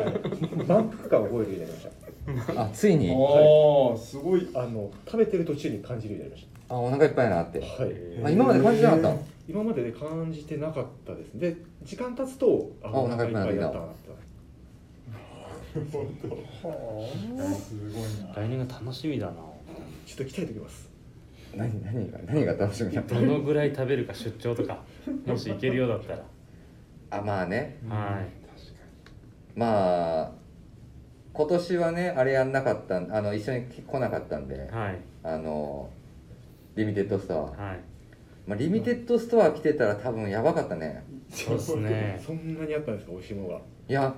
[SPEAKER 7] 満腹感を覚えるようになりまし
[SPEAKER 3] あついに
[SPEAKER 6] おーすご い
[SPEAKER 7] たあの食べてる途中に感じるようになり
[SPEAKER 3] あお腹いっぱいやなって
[SPEAKER 7] ましたはい
[SPEAKER 3] あ今まで感じなかったの
[SPEAKER 7] 今までで感じてなかったですねで時間経つとあ
[SPEAKER 3] あお腹いっぱいになる
[SPEAKER 7] お腹った
[SPEAKER 6] すごいな
[SPEAKER 4] 来年が楽しみだな
[SPEAKER 7] ちょっと鍛えておきます
[SPEAKER 3] 何何が何が楽しみな
[SPEAKER 4] どのぐらい食べるか出張とかもし行けるようだったら
[SPEAKER 3] あまあね
[SPEAKER 4] はい
[SPEAKER 3] まあ今年はねあれやんなかったんあの一緒に来なかったんで
[SPEAKER 4] はい
[SPEAKER 3] あのリミテッドストア、
[SPEAKER 4] はい
[SPEAKER 3] まあ、リミテッドストア来てたら多分やばかったね
[SPEAKER 4] そうですね
[SPEAKER 7] そんなにあったんですか美味しいものが
[SPEAKER 3] いや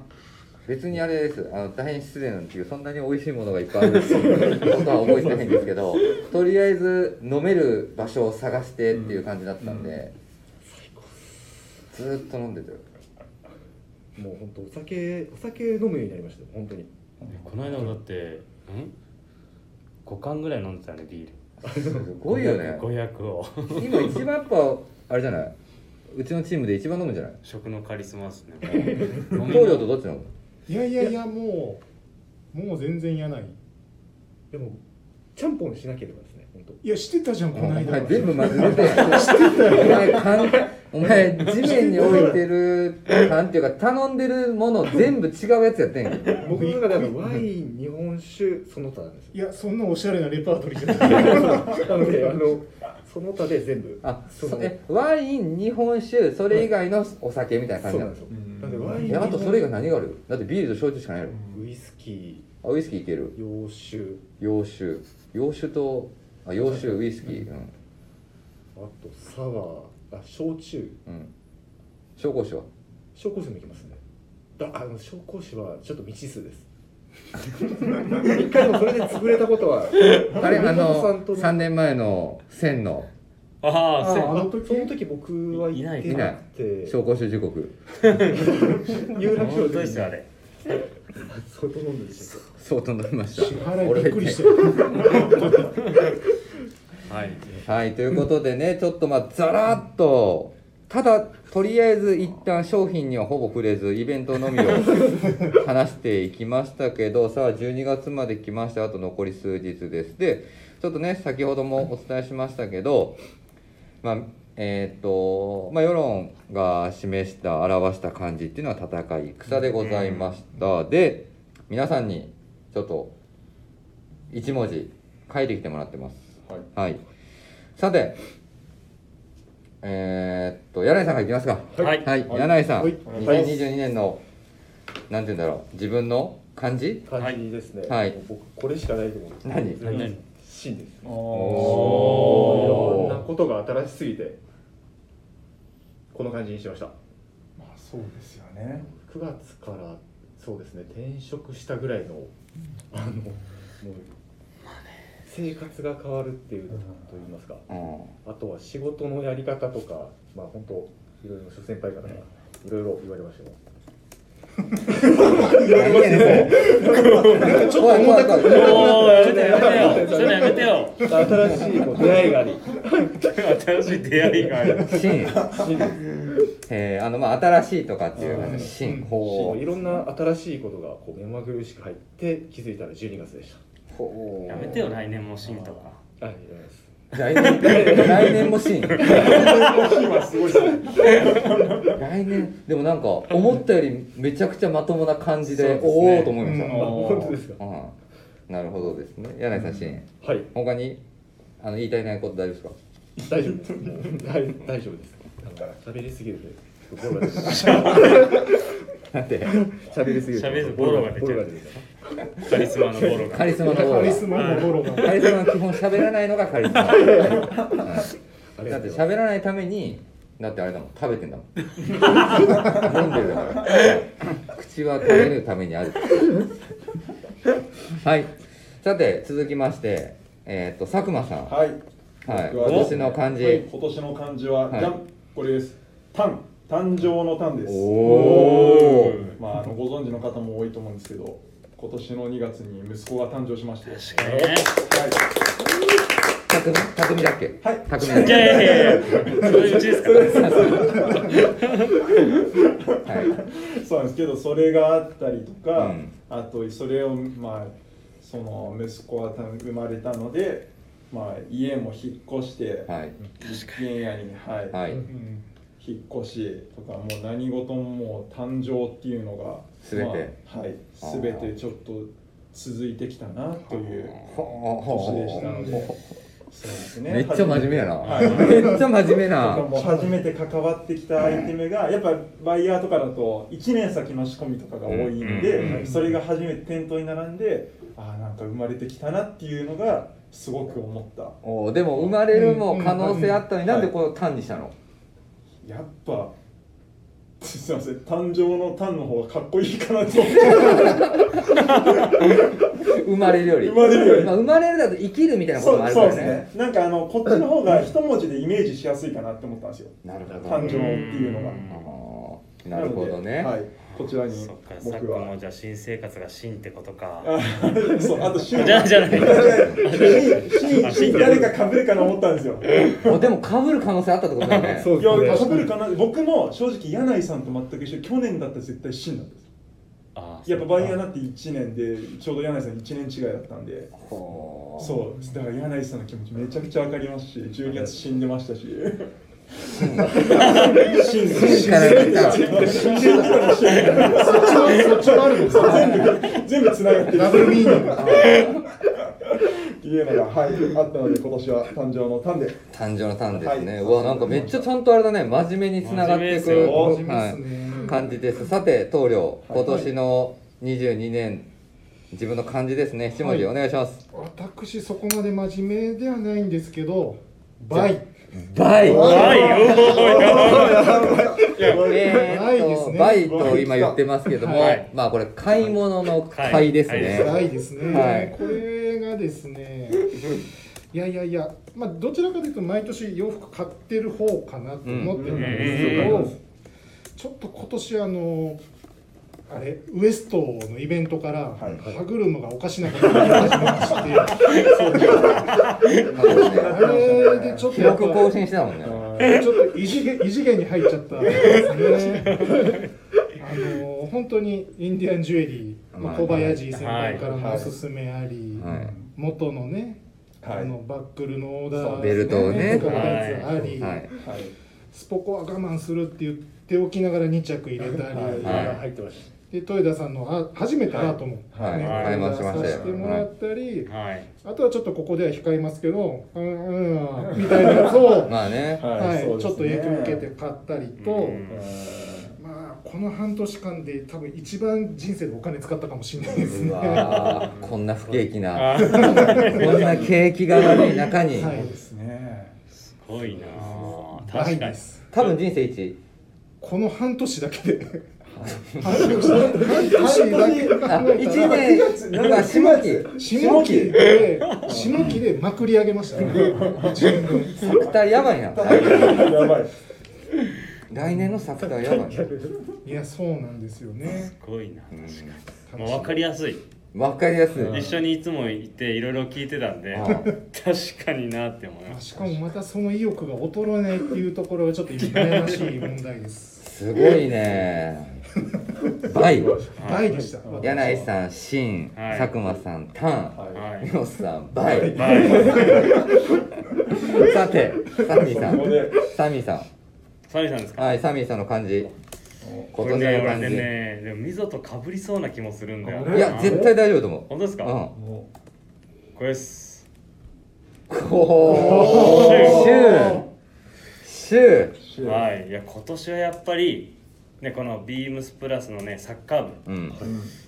[SPEAKER 3] 別にあれですあの大変失礼なんですけどそんなに美味しいものがいっぱいあるっていうことは覚えてないんですけどとりあえず飲める場所を探してっていう感じだったんで、ずーっと飲んでて
[SPEAKER 7] もう本当お酒お酒飲むようになりましたよ本当に
[SPEAKER 4] この間もだってん5缶ぐらい飲んでたねビール
[SPEAKER 3] すごいよね
[SPEAKER 4] 500を
[SPEAKER 3] 今一番やっぱあれじゃないうちのチームで一番飲むんじゃない
[SPEAKER 4] 食のカリスマですね もう
[SPEAKER 3] 東洋とどっち飲む
[SPEAKER 5] いやいやいやもうもう全然やない
[SPEAKER 7] でもちゃんぽんしなければですね本当
[SPEAKER 5] いやしてたじゃんこ
[SPEAKER 3] お
[SPEAKER 5] の間
[SPEAKER 3] 前全部まず出てお前かんお前地面に置いてるなんていうか頼んでるもの全部違うやつやってんやけど
[SPEAKER 7] 僕の中であのワイン日本酒その他なんですよ
[SPEAKER 5] いやそんなおしゃれなレパートリーじゃない
[SPEAKER 7] なのであのその他で全部
[SPEAKER 3] あ
[SPEAKER 7] そ
[SPEAKER 3] そうえワイン日本酒それ以外のお酒みたいな感
[SPEAKER 7] そ
[SPEAKER 3] じな
[SPEAKER 7] うな
[SPEAKER 3] の
[SPEAKER 7] んですよ
[SPEAKER 6] うん
[SPEAKER 7] なんでワイン
[SPEAKER 3] えあとそれ以外何があるだってビールと焼酎しかないやろ
[SPEAKER 7] ウイスキ
[SPEAKER 3] あウイスキーいける
[SPEAKER 7] ー洋酒
[SPEAKER 3] 洋酒洋酒とあ洋酒ウイスキーうん
[SPEAKER 7] あとサワーあ焼酎
[SPEAKER 3] うん紹興酒は
[SPEAKER 7] 紹興酒もいけますねだあの紹興酒はちょっと未知数です一回もそれで潰れたことは
[SPEAKER 3] あれあ
[SPEAKER 7] 宮本さん
[SPEAKER 3] の
[SPEAKER 7] とね
[SPEAKER 3] 3年前の千の
[SPEAKER 4] ああ
[SPEAKER 5] あ
[SPEAKER 4] そう
[SPEAKER 5] あの時
[SPEAKER 7] その時僕はい
[SPEAKER 4] いない
[SPEAKER 7] てなくて
[SPEAKER 3] 紹興酒時刻
[SPEAKER 7] 有楽町
[SPEAKER 4] 本当ですよあれ
[SPEAKER 7] 相当飲んでるし
[SPEAKER 3] 相当飲みました
[SPEAKER 5] 支払いびっくりして
[SPEAKER 3] 俺は
[SPEAKER 2] はい
[SPEAKER 3] 一
[SPEAKER 5] る
[SPEAKER 3] 体はいということでねちょっとまあざらっとただとりあえず一旦商品にはほぼ触れずイベントのみを 話していきましたけどさあ12月まで来ましたあと残り数日ですでちょっとね先ほどもお伝えしましたけどまあえーとまあ、世論が示した表した感じっていうのは戦い戦でございました、で皆さんにちょっと1文字書いてきてもらってます
[SPEAKER 6] はい
[SPEAKER 3] はい、さてえーっと柳井さんからいきますか
[SPEAKER 4] はい
[SPEAKER 3] はい、柳井さん、
[SPEAKER 5] はい
[SPEAKER 3] 2022年のなんて言うんだろう自分の感じ
[SPEAKER 7] 感じですね、
[SPEAKER 3] はい
[SPEAKER 7] もう僕これしかないと思う
[SPEAKER 3] 何
[SPEAKER 4] 何
[SPEAKER 7] 芯です
[SPEAKER 6] あ
[SPEAKER 3] おー
[SPEAKER 7] い
[SPEAKER 6] ー
[SPEAKER 7] ろんなことが新しすぎてこの感じにしました
[SPEAKER 6] まあそうですよね
[SPEAKER 7] 9月からそうですね転職したぐらいのあのもう生活が変わるっていうと言いますか
[SPEAKER 3] うん
[SPEAKER 7] あとは仕事のやり方とかまあ本当いろいろ諸先輩方がいろいろ言われましたよ
[SPEAKER 3] 何やねんそれ怖
[SPEAKER 5] なんかちょっと重たく
[SPEAKER 3] い怖い怖い
[SPEAKER 4] おーやめてやめてよちょっとやめてよ
[SPEAKER 7] 新しいこう出会いがあり
[SPEAKER 4] 新しい出会いがある
[SPEAKER 3] 新 えーあのまあ新しいとかっていう話新
[SPEAKER 7] こ
[SPEAKER 3] ほ
[SPEAKER 7] ういろんな新しいことがこう目まぐるしく入って気づいたら12月でし
[SPEAKER 3] うほう
[SPEAKER 4] やめてよ来年もシーンとか
[SPEAKER 7] たはいありがとうございます
[SPEAKER 3] 来年来年も新
[SPEAKER 6] 今すごいですね
[SPEAKER 3] 来年でもなんか思ったよりめちゃくちゃまともな感じで
[SPEAKER 4] そうですね
[SPEAKER 3] おおと思いました、
[SPEAKER 6] うん
[SPEAKER 7] あ本当ですか
[SPEAKER 3] うんなるほどですね柳井さんシーン
[SPEAKER 7] はい
[SPEAKER 3] 他にあの言いたいないこと大丈夫ですか
[SPEAKER 7] 大丈夫です。もう大大丈夫です。なんか喋りすぎるんで。ボロが出てきまし
[SPEAKER 3] なんて
[SPEAKER 7] た喋りすぎると。
[SPEAKER 4] 喋りすぎてボロが出ちゃう
[SPEAKER 7] ボロが出てきまし
[SPEAKER 4] カリスマのボ
[SPEAKER 3] カ
[SPEAKER 4] ロが
[SPEAKER 3] リスマの方が
[SPEAKER 5] カリスマのボロが
[SPEAKER 3] カリスマは基本喋らないのがカリスマ、
[SPEAKER 7] た
[SPEAKER 3] うんだって喋らないためにだってあれだもん食べてん だもん飲んでるだから口は食べるためにあ るはいさて続きましてえっ、と佐久間さん
[SPEAKER 6] はい
[SPEAKER 3] はい、
[SPEAKER 6] 僕は
[SPEAKER 3] 今年の漢字、
[SPEAKER 6] はい今年の漢字は、
[SPEAKER 3] はい
[SPEAKER 6] じゃんこれです「誕」誕生の誕です
[SPEAKER 3] おー
[SPEAKER 6] まああのご存知の方も多いと思うんですけど今年の2月に息子が誕生しまして
[SPEAKER 4] 確かにね
[SPEAKER 3] 匠匠だっけ
[SPEAKER 6] はい
[SPEAKER 3] 匠
[SPEAKER 4] い
[SPEAKER 3] だっ
[SPEAKER 4] やいやいやそういううちですか
[SPEAKER 3] けはい
[SPEAKER 6] そうなんですけどそれがあったりとか、
[SPEAKER 3] うん
[SPEAKER 6] あとそれをまあその息子がた生まれたので、まあ、家も引っ越して、
[SPEAKER 3] はい
[SPEAKER 6] 一軒家に、はい
[SPEAKER 3] はい
[SPEAKER 5] うん
[SPEAKER 6] 引っ越しとかもう何事ももう誕生っていうのが
[SPEAKER 3] 全て
[SPEAKER 6] まあはい、
[SPEAKER 3] あー
[SPEAKER 6] 全てちょっと続いてきたなという
[SPEAKER 3] ほ
[SPEAKER 6] 年でしたので
[SPEAKER 3] ほ
[SPEAKER 6] そうですね
[SPEAKER 3] めっちゃ真面目やな、
[SPEAKER 6] はい
[SPEAKER 3] めっちゃ真面目
[SPEAKER 6] と
[SPEAKER 3] な
[SPEAKER 6] かも初めて関わってきたアイテムがやっぱバイヤーとかだと1年先の仕込みとかが多いんで、
[SPEAKER 3] うん
[SPEAKER 6] それが初めて店頭に並んでああなんか生まれてきたなっていうのがすごく思った
[SPEAKER 3] おーでも生まれるも可能性あったのに
[SPEAKER 6] うんうん
[SPEAKER 3] なんでこの単にしたの、
[SPEAKER 6] やっぱ すいません誕生の誕の方がかっこいいかなと思って
[SPEAKER 3] 生まれるより
[SPEAKER 6] 生まれるより
[SPEAKER 3] まあ、生まれるだと生きるみたいなこ
[SPEAKER 6] そ
[SPEAKER 3] ともあ
[SPEAKER 6] う
[SPEAKER 3] るか
[SPEAKER 6] そう
[SPEAKER 3] ら
[SPEAKER 6] で
[SPEAKER 3] ね
[SPEAKER 6] すねなんかあのこっちの方が一文字でイメージしやすいかなって思ったんですよ
[SPEAKER 3] なるほど
[SPEAKER 6] 誕生っていうのが
[SPEAKER 3] あーなるほどね、
[SPEAKER 6] なのではいこちらに
[SPEAKER 4] そっかさっき
[SPEAKER 6] 僕
[SPEAKER 4] も
[SPEAKER 6] は
[SPEAKER 4] じゃあ新生活が新ってことか
[SPEAKER 6] あ そうあとシ
[SPEAKER 4] じゃあじゃない
[SPEAKER 6] ーンシーン誰か被るかな思ったんですよ
[SPEAKER 3] おでもかぶる可能性あったってことだ よね
[SPEAKER 7] そう
[SPEAKER 6] い
[SPEAKER 7] ですね
[SPEAKER 6] や、かぶるかな、僕も正直、柳井さんと全く一緒、去年だったら絶対死んだんです。
[SPEAKER 4] あー
[SPEAKER 6] やっぱバイヤーになって1年で、ちょうど柳井さん1年違いだったんで、
[SPEAKER 3] ほー
[SPEAKER 6] そう、だから柳井さんの気持ちめちゃくちゃ分かりますし、12月死んでましたし、死んで
[SPEAKER 3] 死から来た
[SPEAKER 6] 死んでたら死んでた
[SPEAKER 5] そっちもそっちもあるんですよ
[SPEAKER 6] 全部、全部つながってる
[SPEAKER 5] ダブルミーニング
[SPEAKER 6] っていうのが、はい、あったので、今年は誕生の誕で、
[SPEAKER 3] 誕生の誕ですね、
[SPEAKER 6] はいう
[SPEAKER 3] わなんかめっちゃちゃんとあれだね真面目につながっていく
[SPEAKER 4] 真
[SPEAKER 5] 面目ですよ
[SPEAKER 3] は
[SPEAKER 5] 真面目です
[SPEAKER 3] い、
[SPEAKER 5] ね
[SPEAKER 3] 感じですさて棟梁
[SPEAKER 6] はい
[SPEAKER 3] 今年の22年自分の漢字ですね一文字お願いします、
[SPEAKER 5] 私そこまで真面目ではないんですけどバイ
[SPEAKER 3] バイ
[SPEAKER 4] はいおーやばい
[SPEAKER 3] え
[SPEAKER 5] バイで
[SPEAKER 3] ー
[SPEAKER 5] す
[SPEAKER 3] と
[SPEAKER 5] ね
[SPEAKER 3] バイと今言ってますけども、
[SPEAKER 4] はい
[SPEAKER 3] まあこれ買い物の買いですね、
[SPEAKER 4] はい
[SPEAKER 5] バイですね、
[SPEAKER 3] はい
[SPEAKER 5] これがですねいやいやいや、まあ、どちらかというと毎年洋服買ってる方かなと思ってたんですけど、
[SPEAKER 4] うんうん
[SPEAKER 5] ちょっと今年あのあれウエストのイベントから
[SPEAKER 6] はい
[SPEAKER 5] 歯車がおかしなことになり始めまして、
[SPEAKER 3] あそうね
[SPEAKER 5] あれでちょっと
[SPEAKER 3] 記
[SPEAKER 5] やっぱ
[SPEAKER 3] 録更新してたもんね。
[SPEAKER 5] ちょっと異次元異次元に入っちゃったんですね。あの本当にインディアンジュエリー、まあ、小林先輩からのおすすめあり、
[SPEAKER 3] はい
[SPEAKER 5] 元のね、
[SPEAKER 6] はい
[SPEAKER 5] あのバックルのオーダー、
[SPEAKER 3] そうベルトをね
[SPEAKER 5] とかのやつあり、
[SPEAKER 3] はい。
[SPEAKER 6] はい
[SPEAKER 5] スポコは我慢するって言っておきながら2着入れた
[SPEAKER 3] はい
[SPEAKER 5] り、
[SPEAKER 7] 入ってまし
[SPEAKER 5] で豊田さんのあ初めてアートも、ね
[SPEAKER 3] はい
[SPEAKER 5] オ
[SPEAKER 3] はい買い
[SPEAKER 5] ーダー
[SPEAKER 3] ました
[SPEAKER 5] させてもらったり、
[SPEAKER 4] はい
[SPEAKER 5] あとはちょっとここでは控えますけど、うんうん、みたいなや つを。
[SPEAKER 3] まあね。
[SPEAKER 5] はい
[SPEAKER 6] そうです
[SPEAKER 5] ちょっと影響を受けて
[SPEAKER 6] ね
[SPEAKER 5] 買ったりと、
[SPEAKER 4] うん
[SPEAKER 5] まあこの半年間で多分一番人生でお金使ったかもしれないです
[SPEAKER 3] う
[SPEAKER 5] ね。
[SPEAKER 3] わーこんな不景気な、
[SPEAKER 4] あー
[SPEAKER 3] こんな景気が悪い中に、
[SPEAKER 5] はい
[SPEAKER 6] ですね
[SPEAKER 4] すごいなあ
[SPEAKER 5] ない
[SPEAKER 4] 確か
[SPEAKER 5] で
[SPEAKER 4] に
[SPEAKER 5] す。
[SPEAKER 3] 多分人生一。
[SPEAKER 5] この半年だけで。半
[SPEAKER 3] あ、
[SPEAKER 5] 年だけ考えたら
[SPEAKER 3] 一年、あ、下期。
[SPEAKER 5] 下期で下期でまくり上げましたね。自分の
[SPEAKER 3] サクターやばいな。
[SPEAKER 6] やばい
[SPEAKER 3] 来年のサクターやばいな。
[SPEAKER 5] いやそうなんですよね
[SPEAKER 4] す。ごいな確か
[SPEAKER 5] うん
[SPEAKER 4] に、まあ、分かりやすい
[SPEAKER 3] わかりやすい。
[SPEAKER 4] 一緒にいつもいていろいろ聞いてたんで
[SPEAKER 3] あ
[SPEAKER 4] 確かになって思いま
[SPEAKER 5] あ
[SPEAKER 4] し
[SPEAKER 5] しかもまたその意欲が衰えないっていうところはちょっと悩ましい問題です。
[SPEAKER 3] すごいね。倍。
[SPEAKER 4] た
[SPEAKER 5] 倍でした。
[SPEAKER 3] 柳井さん、シン、
[SPEAKER 4] はい
[SPEAKER 3] 佐久間さん、タン、
[SPEAKER 4] は
[SPEAKER 3] ミ
[SPEAKER 4] い
[SPEAKER 3] ノさん、倍。
[SPEAKER 4] はい
[SPEAKER 3] さて、サミーさん
[SPEAKER 6] ここで。
[SPEAKER 3] サミーさ
[SPEAKER 4] サリさんですか
[SPEAKER 3] ん。はい、サミーさんの感じ。
[SPEAKER 4] こ
[SPEAKER 3] 今年の
[SPEAKER 4] れね俺
[SPEAKER 3] 感
[SPEAKER 4] ね
[SPEAKER 3] じ。
[SPEAKER 4] でもみぞとかぶりそうな気もするんだよない
[SPEAKER 3] や、絶対大丈夫と思
[SPEAKER 4] 本当ですか、
[SPEAKER 3] う。
[SPEAKER 6] も
[SPEAKER 4] これです
[SPEAKER 3] うん。こう。シュー。シュー
[SPEAKER 6] う。
[SPEAKER 4] はいいや今年はやっぱりねこのビームスプラスのねサッカー部
[SPEAKER 3] うん。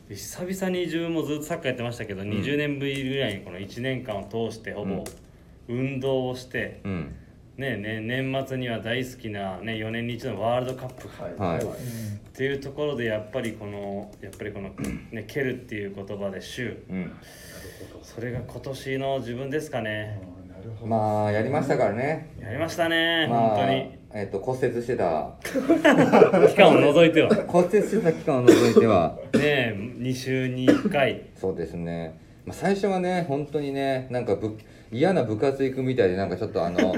[SPEAKER 4] で久々に自分もずっとサッカーやってましたけど、20年ぶりぐらいにこの1年間を通してほぼ運動をして、
[SPEAKER 3] うん。
[SPEAKER 4] ねね年末には大好きな、ね、4年に一度のワールドカップが、
[SPEAKER 7] た。
[SPEAKER 3] はい
[SPEAKER 4] っていうところでやっぱりこのやっぱりこの、ね、蹴るっていう言葉で週
[SPEAKER 3] うん。
[SPEAKER 4] それが今年の自分ですかね、
[SPEAKER 6] なるほど
[SPEAKER 3] まあ、やりましたからね。
[SPEAKER 4] やりましたね、
[SPEAKER 3] まあ
[SPEAKER 4] 本当に
[SPEAKER 3] えっと、骨折してた。
[SPEAKER 4] 期間を除いてはね
[SPEAKER 3] 骨折してた期間を除いては。
[SPEAKER 4] え2週に1回
[SPEAKER 3] そうですね、まあ、最初はね本当にねなんかぶ嫌な部活行くみたいでなんかちょっとあ の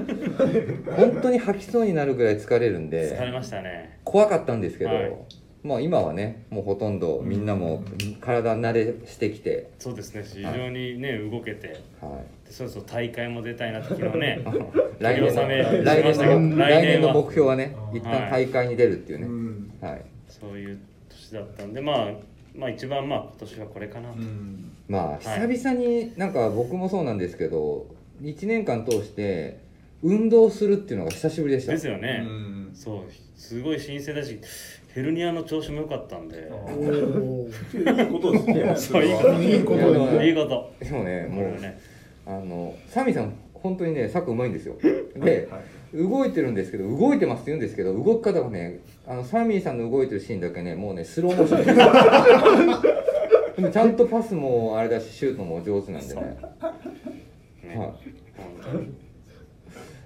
[SPEAKER 3] 本当に吐きそうになるぐらい疲れるん
[SPEAKER 4] 疲れ
[SPEAKER 3] で
[SPEAKER 4] ましたね
[SPEAKER 3] 怖かったんですけど、
[SPEAKER 4] はい
[SPEAKER 3] まあ今はねもうほとんどみんなも体慣れしてきて、
[SPEAKER 4] そうですね非常にね動けて
[SPEAKER 3] は
[SPEAKER 4] でそろそろ大会も出たいなって昨 日ね
[SPEAKER 3] い、来年
[SPEAKER 4] 気を収め
[SPEAKER 3] の
[SPEAKER 4] し
[SPEAKER 3] 来
[SPEAKER 4] ましたけど
[SPEAKER 3] 年の
[SPEAKER 4] 来
[SPEAKER 3] 来
[SPEAKER 4] 年
[SPEAKER 3] 年
[SPEAKER 4] は
[SPEAKER 3] の目標はね一
[SPEAKER 4] はい
[SPEAKER 3] 旦大会に出るっていう
[SPEAKER 6] う
[SPEAKER 3] ね、
[SPEAKER 6] ん
[SPEAKER 3] はい、
[SPEAKER 4] そういう年だったんでまあまあ一番まあ今年はこれかなと、
[SPEAKER 6] うん
[SPEAKER 3] まあ久々になんか僕もそうなんですけど1年間通して運動するっていうのが久しぶりでした
[SPEAKER 4] ですよ
[SPEAKER 6] う
[SPEAKER 4] ね、
[SPEAKER 6] ん
[SPEAKER 4] そうすごい新鮮だしヘルニアの調子も良かったんで
[SPEAKER 5] おー
[SPEAKER 6] いいことですね
[SPEAKER 4] そういいこ
[SPEAKER 6] れは
[SPEAKER 4] と
[SPEAKER 5] い
[SPEAKER 3] だよね
[SPEAKER 4] い
[SPEAKER 5] いこと
[SPEAKER 4] いこと
[SPEAKER 3] でもね
[SPEAKER 4] こ
[SPEAKER 3] も
[SPEAKER 4] れ
[SPEAKER 3] う
[SPEAKER 4] はね
[SPEAKER 3] あのサミさん本当にねサッカーうまいんですよで、
[SPEAKER 6] はい
[SPEAKER 3] 動いてるんですけど動いてますって言うんですけど動き方がねあのサミーさんの動いてるシーンだけねもうねスローモーションですでもちゃんとパスもあれだしシュートも上手なんでね
[SPEAKER 4] ね
[SPEAKER 3] はい
[SPEAKER 4] 本当に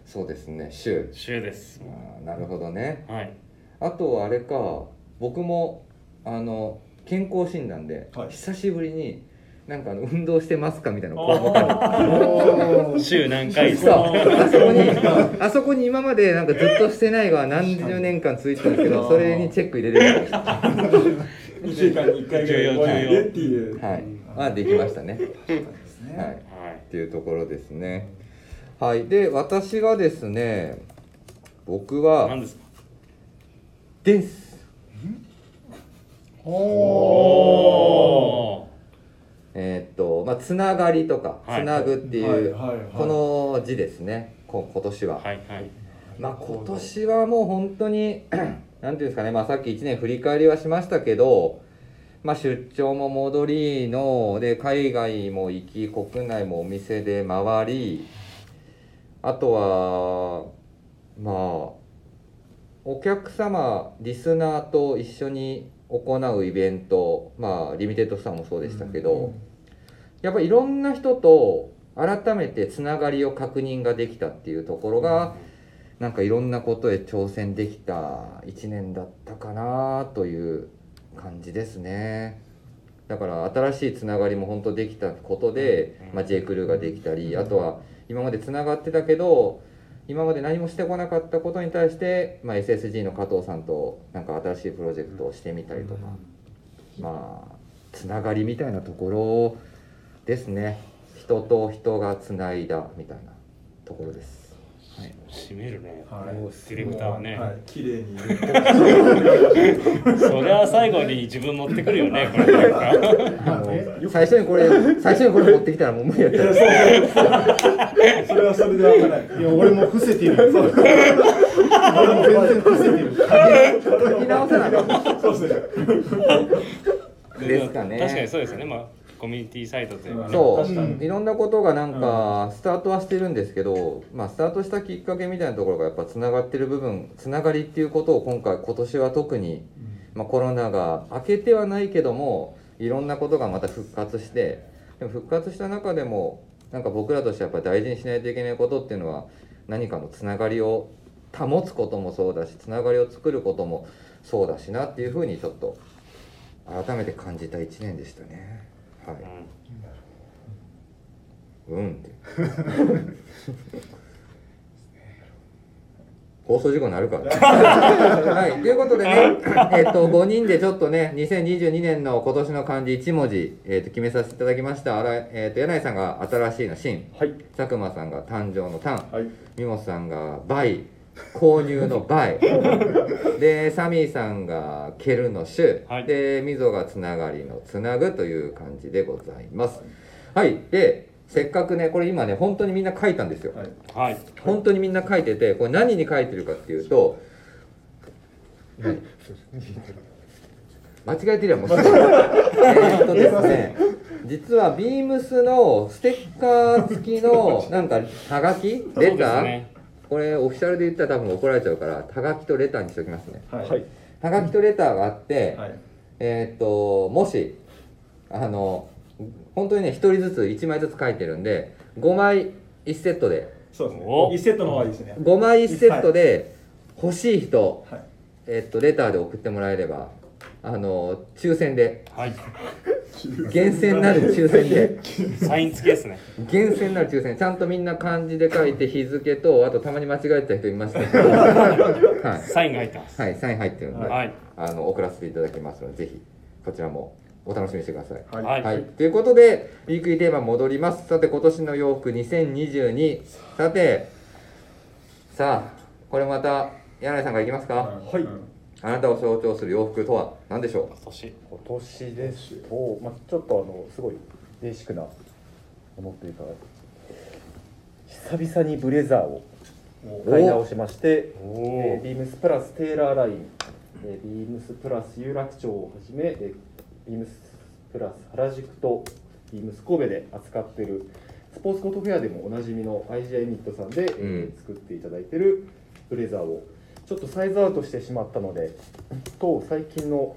[SPEAKER 3] そうですねシュー
[SPEAKER 4] 週です
[SPEAKER 3] あーなるほどね
[SPEAKER 4] はい
[SPEAKER 3] あとあれか僕もあの健康診断で、
[SPEAKER 6] はい
[SPEAKER 3] 久しぶりになんかあの運動してますかみたいなの項目ある
[SPEAKER 5] おー
[SPEAKER 4] 週何回
[SPEAKER 3] そうあそこにあそこに今までなんかずっとしてないが何十年間ついてたんですけどそれにチェック入れれるようには
[SPEAKER 6] 2週間に1回ぐらい
[SPEAKER 4] 重要重要
[SPEAKER 6] でっていう
[SPEAKER 3] いまあできましたね
[SPEAKER 6] ですね
[SPEAKER 3] はい
[SPEAKER 4] は
[SPEAKER 3] っ
[SPEAKER 4] い
[SPEAKER 3] ていうところですねはいで私がですね僕
[SPEAKER 4] 何
[SPEAKER 3] は
[SPEAKER 4] ですか
[SPEAKER 3] です
[SPEAKER 5] おー
[SPEAKER 4] お
[SPEAKER 3] えーっとまあつながりとか
[SPEAKER 4] はい
[SPEAKER 3] つなぐって
[SPEAKER 6] はい
[SPEAKER 3] いう
[SPEAKER 6] はいはい
[SPEAKER 3] この字ですねこ今年は
[SPEAKER 4] ーはいはい
[SPEAKER 3] まあ今年はもう本当に なんていうんですかね、まあ、さっき1年振り返りはしましたけど、まあ、出張も戻りので海外も行き国内もお店で回りあとはまあお客様リスナーと一緒に行うイベントまあリミテッドさんもそうでしたけど、やっぱりいろんな人と改めてつながりを確認ができたっていうところが、なんかいろんなことへ挑戦できた1年だったかなという感じですね。だから新しいつながりも本当できたことで、まあ、J. クルーができたりあとは今までつながってたけど今まで何もしてこなかったことに対して、まあ、SSG の加藤さんとなんか新しいプロジェクトをしてみたりとか、まあつながりみたいなところですね人と人がつないだみたいなところです、はい、
[SPEAKER 4] 締めるね、
[SPEAKER 6] はい
[SPEAKER 4] ディレクターはね、
[SPEAKER 6] はい、綺麗に。
[SPEAKER 4] そりゃ最後に自分持ってくる よねこれなんか
[SPEAKER 5] まあね
[SPEAKER 3] 最初にこれ最初にこれ持ってきたらもう無理やっ
[SPEAKER 6] い
[SPEAKER 3] た
[SPEAKER 6] や、そうそう。それはそれで危ない。
[SPEAKER 5] いや俺も伏せてるよ 俺も全然伏せてる
[SPEAKER 3] 書き直さなかった
[SPEAKER 6] そうですね。
[SPEAKER 3] ですかね
[SPEAKER 4] 確かにそうですよねまあコミュニティサイトというかね
[SPEAKER 3] そう、
[SPEAKER 6] 確
[SPEAKER 5] かに
[SPEAKER 3] いろんなことがなんかスタートはしてるんですけど、まあ、スタートしたきっかけみたいなところがやっぱつながってる部分つながりっていうことを今回今年は特に、まあ、コロナが明けてはないけどもいろんなことがまた復活してでも復活した中でもなんか僕らとしてやっぱり大事にしないといけないことっていうのは何かのつながりを保つこともそうだしつながりを作ることもそうだしなっていうふうにちょっと改めて感じた1年でしたね。はい、
[SPEAKER 4] うん
[SPEAKER 3] うんって。放送事故になるから。はい、ということでね、えっと、5人でちょっとね、2022年の今年の漢字1文字、えっと、決めさせていただきました。あらえっと、柳井さんが新しいの新、
[SPEAKER 6] はい。
[SPEAKER 3] 佐久間さんが誕生の単、
[SPEAKER 6] はい。
[SPEAKER 3] 三本さんが倍、購入の倍、で、サミーさんが蹴るの種、
[SPEAKER 4] はい
[SPEAKER 3] で、溝がつながりのつなぐという感じでございます。はい、で、せっかくね、これ今ね、本当にみんな書いたんですよ。
[SPEAKER 6] はい。
[SPEAKER 4] はい
[SPEAKER 3] 本当にみんな書いててこれ何に書いてるかっていうと間違えてるやんもうえーっとですね実はビームスのステッカー付きのなんかハガキレ
[SPEAKER 4] そう
[SPEAKER 3] タ
[SPEAKER 4] で
[SPEAKER 3] ー、
[SPEAKER 4] すね
[SPEAKER 3] これオフィシャルで言ったら多分怒られちゃうからハガキとレターにしておきますね
[SPEAKER 6] はい。
[SPEAKER 3] ハガキとレターがあって、
[SPEAKER 6] はい。
[SPEAKER 3] えーっともしあの本当にね1人ずつ1枚ずつ書いてるんで5枚1セットで
[SPEAKER 6] そうですね
[SPEAKER 4] お。
[SPEAKER 6] 一セットの方がいいですね。
[SPEAKER 3] 5枚1セットで欲しい人、
[SPEAKER 6] はい。
[SPEAKER 3] えっと、レターで送ってもらえればあの抽選で
[SPEAKER 4] はい
[SPEAKER 3] 厳選なる抽選 で
[SPEAKER 4] サイン付きですね
[SPEAKER 3] 厳選なる抽選ちゃんとみんな漢字で書いて日付とあとたまに間違えた人いました けどは
[SPEAKER 4] サインが入ってます
[SPEAKER 3] い、はい、サイン入ってるんで、
[SPEAKER 4] はい
[SPEAKER 3] あの送らせていただきますのでぜひこちらもお楽しみにしてください。
[SPEAKER 6] はい
[SPEAKER 4] はい、
[SPEAKER 3] はい、ということで、ウィークリーテーマ戻ります。さて、今年の洋服2022。さて、さあ、これまた、柳井さんからいきますか、
[SPEAKER 6] はい。
[SPEAKER 3] あなたを象徴する洋服とは何でしょ
[SPEAKER 4] 今年
[SPEAKER 7] 今年ですと、まあ、ちょっとあのすごいベーシックなものというか久々にブレザーを買い直しまして、えービームスプラステーラーライン、えービームスプラス有楽町をはじめ、えービームスプラス原宿とビームス神戸で扱っているスポーツコートフェアでもおなじみの IGI ニットさんで、えー
[SPEAKER 3] うん
[SPEAKER 7] 作っていただいているブレザーをちょっとサイズアウトしてしまったのでと最近の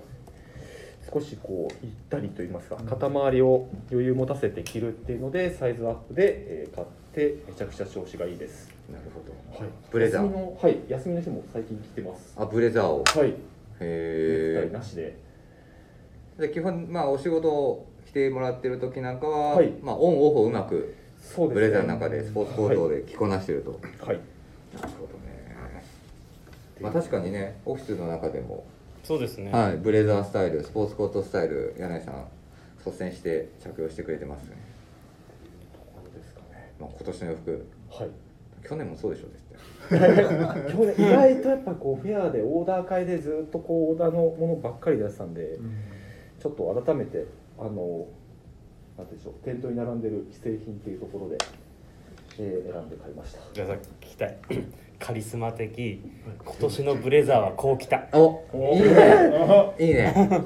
[SPEAKER 7] 少しこうゆったりと言いますか肩周りを余裕持たせて着るっていうのでサイズアップで、えー買ってめちゃくちゃ調子がいいです
[SPEAKER 3] うなるほ
[SPEAKER 7] はい、
[SPEAKER 3] ブレザー
[SPEAKER 7] 休みのはい休みの日も最近着てます
[SPEAKER 3] ど。あ、ブレザーを。
[SPEAKER 7] はいネク
[SPEAKER 3] へ
[SPEAKER 7] タイなしで
[SPEAKER 3] え。で基本、まあ、お仕事をしてもらってる時なんかは、
[SPEAKER 7] はい
[SPEAKER 3] まあ、オンオフをうまく、
[SPEAKER 7] そうで
[SPEAKER 3] ブ
[SPEAKER 7] すね
[SPEAKER 3] レザーの中でスポーツコートで着こなしてると。
[SPEAKER 7] はい
[SPEAKER 3] なるほどね。まあ、確かにね、オフィスの中でも、
[SPEAKER 4] そうですね、
[SPEAKER 3] はい、ブレザースタイル、スポーツコートスタイル、柳井さん、率先して着用してくれてますね。
[SPEAKER 7] ここですかね
[SPEAKER 3] まあ、今年の洋服、
[SPEAKER 7] はい
[SPEAKER 3] 去年もそうでしょ、絶対。
[SPEAKER 7] 去年意外とやっぱこうフェアでオーダー会でずっとこうオーダーのものばっかり出してたんでちょっと改めてあのなんて言うんでしょう店頭に並んでる既製品っていうところで、えー選んで買いました
[SPEAKER 4] じゃあさ聞きたいカリスマ的今年のブレザーはこう来た
[SPEAKER 3] おいいねいいね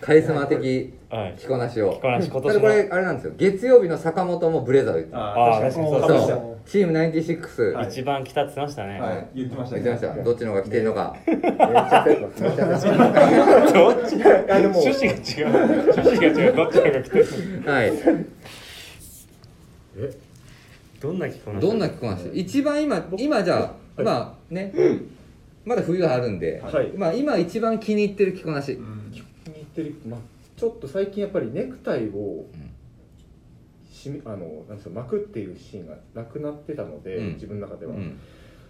[SPEAKER 3] カリスマ的
[SPEAKER 4] はい
[SPEAKER 3] 着こなしを
[SPEAKER 4] 着こなし今年
[SPEAKER 3] ただ
[SPEAKER 4] の
[SPEAKER 3] これあれなんですよ月曜日の坂本もブレザーを言って
[SPEAKER 6] ああ、確かに。
[SPEAKER 4] あー
[SPEAKER 6] そう
[SPEAKER 3] そ
[SPEAKER 6] で
[SPEAKER 5] 確
[SPEAKER 6] し
[SPEAKER 5] か
[SPEAKER 6] た
[SPEAKER 3] う
[SPEAKER 5] に
[SPEAKER 3] チーム96、
[SPEAKER 6] はい
[SPEAKER 4] 一番来たって言ってましたね、
[SPEAKER 6] はい。言ってました
[SPEAKER 3] 言
[SPEAKER 6] ね。
[SPEAKER 3] ってましたどっちの方が着てるのか、
[SPEAKER 7] めっちゃ焦ってますめっちゃ焦ってます
[SPEAKER 4] どっち
[SPEAKER 7] あでも
[SPEAKER 4] 趣旨が違う趣旨が違うどっちの方が来てる
[SPEAKER 3] はい
[SPEAKER 4] どんな着こなし
[SPEAKER 3] どんな着こなし一番今今じゃあまあねまだ冬があるんで、
[SPEAKER 7] はい
[SPEAKER 3] まあ今一番気に入ってる着こなし、
[SPEAKER 6] うん
[SPEAKER 7] 気に入ってる、ま、ちょっと最近やっぱりネクタイを
[SPEAKER 3] うん
[SPEAKER 7] しみあのなんですか巻くっていうシーンがなくなってたので、
[SPEAKER 3] うん
[SPEAKER 7] 自分の中で
[SPEAKER 3] う
[SPEAKER 7] は、
[SPEAKER 3] ん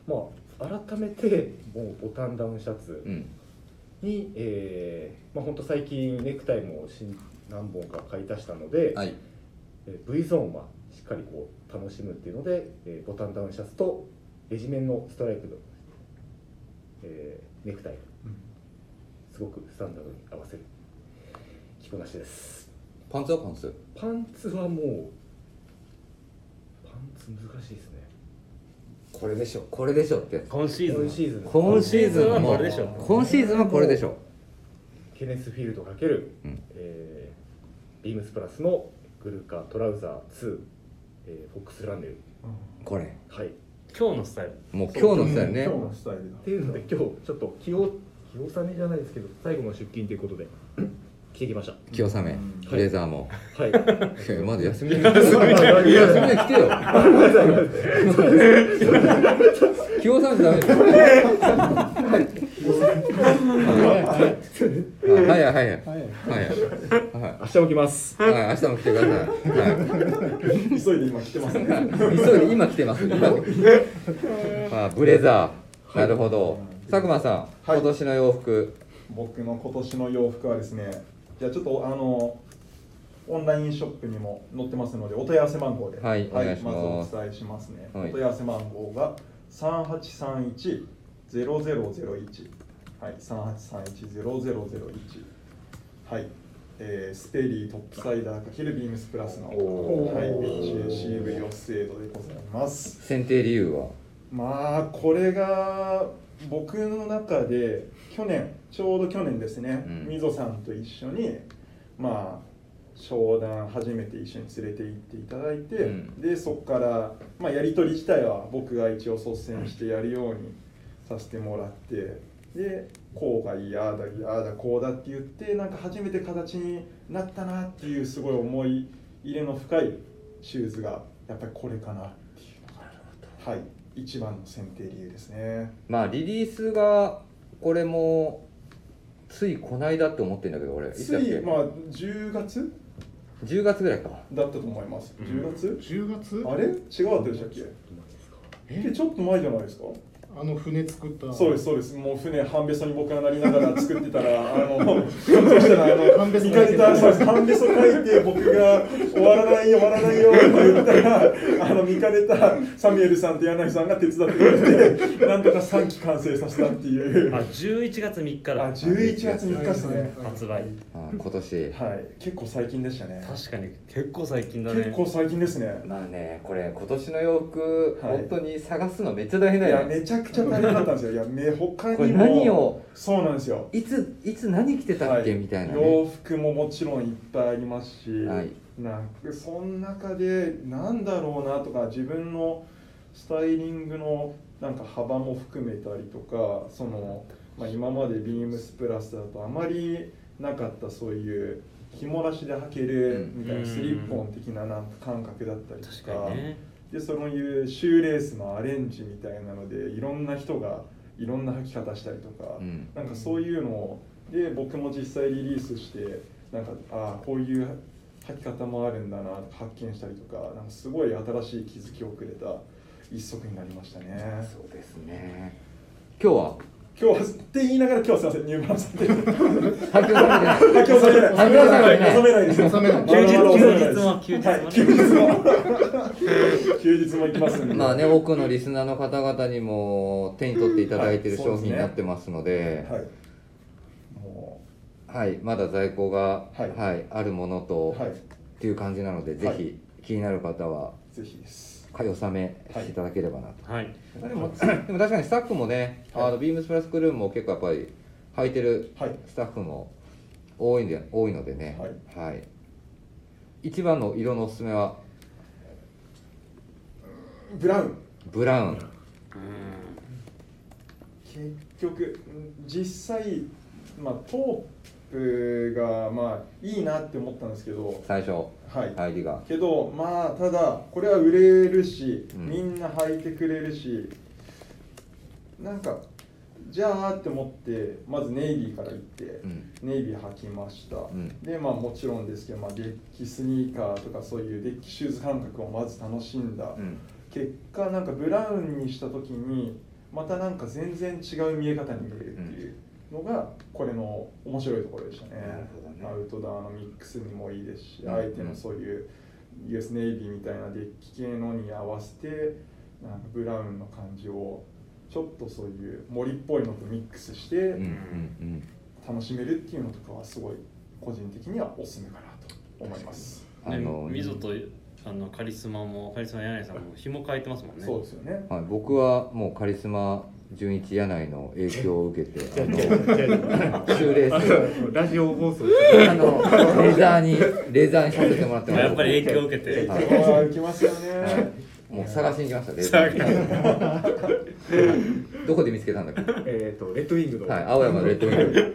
[SPEAKER 7] まあ改めてもうボタンダウンシャツ
[SPEAKER 3] うん
[SPEAKER 7] に、えーまあ本当最近ネクタイも新何本か買い足したので、
[SPEAKER 3] はい、
[SPEAKER 7] えー V ゾーンはしっかりこう楽しむっていうので、えーボタンダウンシャツとレジメンのストライプの、えーネクタイすごくスタンダードに合わせる着こなしです
[SPEAKER 3] パンツはパンツ
[SPEAKER 7] パンツはもうパンツ難しいですね
[SPEAKER 8] これでしょ
[SPEAKER 3] これでしょってやつ
[SPEAKER 4] 今シー
[SPEAKER 7] 今
[SPEAKER 4] ズン
[SPEAKER 7] シーズン
[SPEAKER 3] 今シーズンは
[SPEAKER 4] 今シー
[SPEAKER 3] も
[SPEAKER 4] ズンはこれでしょ
[SPEAKER 3] 今シーズンはこれでしょ
[SPEAKER 7] ケネスフィールドかける
[SPEAKER 3] うん
[SPEAKER 7] えービームスプラスのグルカトラウザー2、えーフォックスランネル
[SPEAKER 3] これ
[SPEAKER 7] はいっ
[SPEAKER 4] 今日のスタイル
[SPEAKER 3] もう今日のスタイルね
[SPEAKER 6] 今日のスタイルだ
[SPEAKER 7] ていうので今日ちょっと気を気をさめじゃないですけど最後の出勤ということで着てきました
[SPEAKER 3] 気をめブレザーも、
[SPEAKER 7] はい
[SPEAKER 3] いやまだ休みの日休み の日来てよ気をめじゃダメですはいはいはいはいはい
[SPEAKER 5] はい
[SPEAKER 3] は
[SPEAKER 7] 明日も来ます
[SPEAKER 3] い、はい、明日も来てください、は
[SPEAKER 6] 急いで今来てま すね
[SPEAKER 3] い、急いで今来て ます今 あブレザーなるほど佐久間さん、今年の洋服
[SPEAKER 6] 僕の今年の洋服はですねじゃあちょっとあのオンラインショップにも載ってますのでお問い合わせ番号で
[SPEAKER 3] はいお願いし
[SPEAKER 6] ま
[SPEAKER 3] ます
[SPEAKER 6] ずお伝えしますね、
[SPEAKER 3] はい
[SPEAKER 6] お問い合わせ番号が3831-0001はい3831-0001はいえー、ステリートップサイダーかヒルビームスプラスの、はい、HACV オスエードでございます
[SPEAKER 3] 選定理由は
[SPEAKER 6] まあこれが僕の中で去年ちょうど去年ですね、
[SPEAKER 3] うん
[SPEAKER 6] みぞさんと一緒にまあ商談初めて一緒に連れて行っていただいて、
[SPEAKER 3] うん
[SPEAKER 6] でそこから、まあ、やり取り自体は僕が一応率先してやるようにさせてもらってでこうがいいああだいいああだこうだって言ってなんか初めて形になったなっていうすごい思い入れの深いシューズがやっぱりこれかなっていうはい、一番の選定理由ですね。
[SPEAKER 3] まあリリースがこれもついこないだって思ってんだけど俺いつ
[SPEAKER 6] つ
[SPEAKER 3] だっ
[SPEAKER 6] い、
[SPEAKER 3] け、
[SPEAKER 6] まあ、10月
[SPEAKER 3] 10月ぐらいか
[SPEAKER 6] だったと思います。10月、
[SPEAKER 5] 10月
[SPEAKER 6] あれ違うでしたっけえちょっと前じゃないですか
[SPEAKER 5] あの船作った
[SPEAKER 6] そうです、そうです。もう船、半べそに僕がなりながら作ってたら、あの、そしたら、あの、
[SPEAKER 5] 半べそ
[SPEAKER 6] 見かけた、そうです、半べそ書いて、僕が終わらないよ、終わらないよって言ったら、あの、見かれたサミュエルさんと柳井さんが手伝ってくれて、なんとか3期完成させたっていう。
[SPEAKER 4] あ
[SPEAKER 6] あ、
[SPEAKER 4] 11月3日だ
[SPEAKER 6] 11月3日ですね。
[SPEAKER 4] 発売
[SPEAKER 3] あー今年
[SPEAKER 6] はい、結構最近でしたね。
[SPEAKER 4] 確かに結構最近だね
[SPEAKER 6] 結構最近ですね。
[SPEAKER 3] まあねこれ今年の洋服、
[SPEAKER 6] はい
[SPEAKER 3] 本当に探すのめっちゃ大変
[SPEAKER 6] い
[SPEAKER 3] だ
[SPEAKER 6] や
[SPEAKER 3] よね
[SPEAKER 6] めちゃくちゃ大変だったんですよ。いやめ他にも
[SPEAKER 3] これ何を
[SPEAKER 6] そうなんですよ。
[SPEAKER 3] いついつ何着てたっけ、
[SPEAKER 6] はい
[SPEAKER 3] みたいなね
[SPEAKER 6] 洋服ももちろんいっぱいありますし、
[SPEAKER 3] はい
[SPEAKER 6] なんかその中でなんだろうなとか自分のスタイリングのなんか幅も含めたりとかその、まあ、今までビームスプラスだとあまりなかったそういう紐なしで履けるみたい
[SPEAKER 4] うん
[SPEAKER 6] なスリッポン的ななんか感覚だったりと
[SPEAKER 4] 確かにね
[SPEAKER 6] でそのいうシューレースのアレンジみたいなのでいろんな人がいろんな履き方したりとか、
[SPEAKER 3] うん
[SPEAKER 6] なんかそういうのをで僕も実際リリースしてなんかああこういう履き方もあるんだなとか発見したりとかなんかすごい新しい気づきをくれた一足になりましたね。
[SPEAKER 3] そうですね今日 は
[SPEAKER 6] 今日はって言いながら今日はすいません入部させて
[SPEAKER 3] 発表されてない
[SPEAKER 6] 今日収めない
[SPEAKER 3] あ今日収めない
[SPEAKER 6] 収めないです
[SPEAKER 5] 収めない
[SPEAKER 6] まだまだ収めない
[SPEAKER 4] 休日も休日も
[SPEAKER 6] はい休日も休日も行きますんで
[SPEAKER 3] まあね多くのリスナーの方々にも手に取っていただいてる商品になってますので、
[SPEAKER 6] はいも
[SPEAKER 3] はいまだ在庫が、は
[SPEAKER 6] はいい
[SPEAKER 3] あるもの
[SPEAKER 6] う
[SPEAKER 3] と、
[SPEAKER 6] はい
[SPEAKER 3] っていう感じなので、
[SPEAKER 6] はい
[SPEAKER 3] ぜひ気になる方は
[SPEAKER 6] ぜひです
[SPEAKER 3] 買い納めしていただければなと、
[SPEAKER 4] はい
[SPEAKER 3] でもでも確かにスタッフもね、あのビームスプラスクルーも結構やっぱり履いてる
[SPEAKER 6] はい
[SPEAKER 3] スタッフも多いんで多いのでね、はい一番の色のおすすめは
[SPEAKER 6] ブラウン
[SPEAKER 3] ブラウン
[SPEAKER 6] 結局うん実際、まあ、通プがまあいいなって思ったんですけど、
[SPEAKER 3] 最初
[SPEAKER 6] はい、
[SPEAKER 3] 入りが
[SPEAKER 6] けどまあただこれは売れるし、
[SPEAKER 3] うん
[SPEAKER 6] みんな履いてくれるしなんかじゃあって思ってまずネイビーから行って、
[SPEAKER 3] うん
[SPEAKER 6] ネイビー履きました、
[SPEAKER 3] ん
[SPEAKER 6] でまあもちろんですけど、まあ、デッキスニーカーとかそういうデッキシューズ感覚をまず楽しんだ、
[SPEAKER 3] うん
[SPEAKER 6] 結果なんかブラウンにした時にまたなんか全然違う見え方に見えるっていうのがこれの面白いところでしたね
[SPEAKER 2] なるほどね
[SPEAKER 6] アウトドアのミックスにもいいですし、
[SPEAKER 3] うん
[SPEAKER 6] 相手のそういう US ネイビーみたいなデッキ系のに合わせてなんかブラウンの感じをちょっとそういう森っぽいのとミックスして、
[SPEAKER 3] うんうん
[SPEAKER 6] 楽しめるっていうのとかはすごい個人的にはおすすめかなと思います。
[SPEAKER 3] うんあの
[SPEAKER 4] みぞとあのカリスマもカリスマ柳井さんも紐変えてますもんね
[SPEAKER 6] そうですよね。
[SPEAKER 3] はい、僕はもうカリスマ純一柳井の影響を受けてあのシューレース
[SPEAKER 8] ラジオ放 送
[SPEAKER 3] あのレザーにレザーにさせてもらって
[SPEAKER 4] ま
[SPEAKER 3] ま
[SPEAKER 4] あ
[SPEAKER 3] す
[SPEAKER 4] やっぱり影響を受けて
[SPEAKER 3] はい
[SPEAKER 6] ああ受けますよね。
[SPEAKER 3] もう探しに行きましたレザーにどこで見つけたんだっけ
[SPEAKER 8] えっとレッドウィングの、
[SPEAKER 3] はい、青山のレッドウィング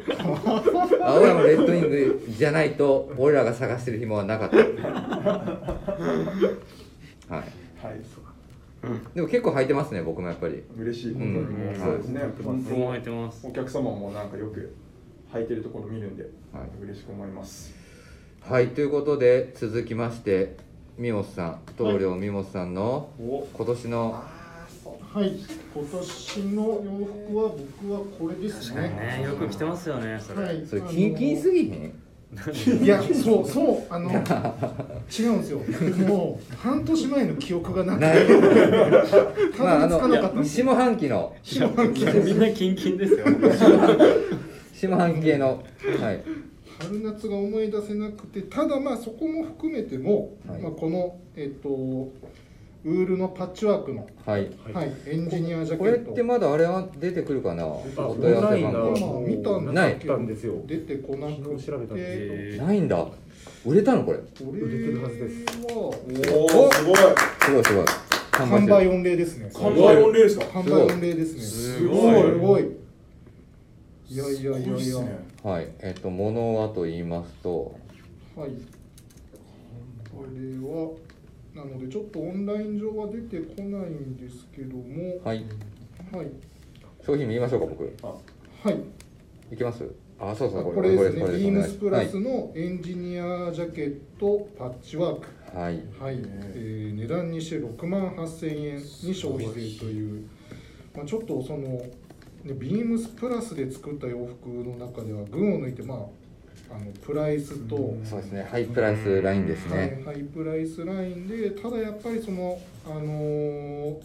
[SPEAKER 3] 青山のレッドウィングじゃないと俺らが探してる紐はなかったはい
[SPEAKER 6] はい。
[SPEAKER 3] でも結構履いてますね僕もやっぱり
[SPEAKER 6] 嬉しいことにも、そうですね。本当
[SPEAKER 4] 僕も履いてます
[SPEAKER 6] お客様もなんかよく履いてるところ見るんで、
[SPEAKER 3] はい
[SPEAKER 6] 嬉しく思います。
[SPEAKER 3] はいということで続きまして三本さん棟梁三本さんの
[SPEAKER 6] お、
[SPEAKER 3] 今年の
[SPEAKER 6] あーそう
[SPEAKER 5] はい、今年の洋服は僕はこれです
[SPEAKER 4] 確かにね
[SPEAKER 5] ね。
[SPEAKER 4] よく着てますよねそれ、
[SPEAKER 5] はい、
[SPEAKER 3] それキンキンすぎへん
[SPEAKER 5] いや、そう、そう、あの、違うんですよ。もう、半年前の記憶がなく
[SPEAKER 3] ない
[SPEAKER 5] て、
[SPEAKER 3] まあ
[SPEAKER 5] た
[SPEAKER 3] あ
[SPEAKER 5] どり着かなかったん
[SPEAKER 3] の
[SPEAKER 5] ですよ。
[SPEAKER 3] 下半期の
[SPEAKER 4] みんなキンキンですよ
[SPEAKER 3] 下半期系のはい
[SPEAKER 5] 春夏が思い出せなくて、ただまあ、そこも含めても、
[SPEAKER 3] はい
[SPEAKER 5] まあ、この、えっと、ウールのパッチワークの、
[SPEAKER 3] はい
[SPEAKER 5] はい、エンジニアジャ
[SPEAKER 3] こ
[SPEAKER 5] ケ
[SPEAKER 3] れ
[SPEAKER 5] ット。
[SPEAKER 3] ってまだあれは出てくるかなお
[SPEAKER 8] あオン
[SPEAKER 3] 問い合わ
[SPEAKER 8] ラ
[SPEAKER 3] せ
[SPEAKER 8] インが
[SPEAKER 3] 番
[SPEAKER 5] まあ
[SPEAKER 8] もう
[SPEAKER 5] 見たん
[SPEAKER 8] な
[SPEAKER 5] だ
[SPEAKER 8] い
[SPEAKER 5] け
[SPEAKER 8] った
[SPEAKER 5] ど
[SPEAKER 8] んですよ
[SPEAKER 5] 出てこな
[SPEAKER 8] 昨
[SPEAKER 5] く
[SPEAKER 8] 日調べたんです
[SPEAKER 5] て、
[SPEAKER 4] え
[SPEAKER 3] 号
[SPEAKER 4] ー
[SPEAKER 3] ないんだ売れたのこれ
[SPEAKER 5] これ
[SPEAKER 8] 売れてるはずです
[SPEAKER 5] は
[SPEAKER 6] おお、すごい。
[SPEAKER 3] すごいすごい完売し
[SPEAKER 5] 販
[SPEAKER 3] てる
[SPEAKER 5] 売御礼ですね。
[SPEAKER 6] 完売御礼ですか。
[SPEAKER 5] 販売御礼ですね。
[SPEAKER 4] す
[SPEAKER 6] ごい
[SPEAKER 5] すごい。いやいやいやい
[SPEAKER 6] す
[SPEAKER 5] や。
[SPEAKER 6] ごっすね
[SPEAKER 3] はい、えっと、ものはと言いますと、
[SPEAKER 5] はい。これは。なので、ちょっとオンライン上は出てこないんですけども。
[SPEAKER 3] はい、
[SPEAKER 5] はい。
[SPEAKER 3] 商品見ましょうか、僕。
[SPEAKER 5] はい。
[SPEAKER 3] いきますあ、そうそう、
[SPEAKER 5] これですね。ビーム
[SPEAKER 3] で
[SPEAKER 5] ス
[SPEAKER 3] す
[SPEAKER 5] プラスのエンジニアジャケットパッチワーク。
[SPEAKER 3] はい、はい
[SPEAKER 5] はい、えー値段にして6万8000円に消費税という、まあ、ちょっとその、ね、ビームスプラスで作った洋服の中では群を抜いて、まあ、あのプライスと、
[SPEAKER 3] そうですね、ハイプライスラインですね。
[SPEAKER 5] はい、ハイプライスラインでただやっぱりその、あのー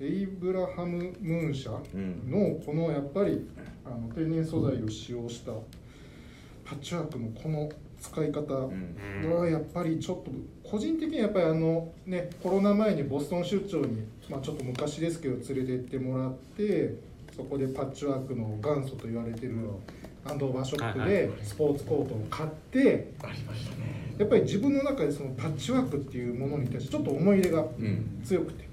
[SPEAKER 5] エイブラハム・ムーン社のこのやっぱりあの天然素材を使用したパッチワークのこの使い方、
[SPEAKER 3] うん、
[SPEAKER 5] はやっぱりちょっと個人的にはやっぱりあのねコロナ前にボストン出張に、まあ、ちょっと昔ですけど連れて行ってもらってそこでパッチワークの元祖と言われてるアンドーバーショップ
[SPEAKER 4] はいはい
[SPEAKER 5] でスポーツコートを買ってやっぱり自分の中でそのパッチワークっていうものに対してちょっと思い入れが
[SPEAKER 3] うん、
[SPEAKER 5] 強くて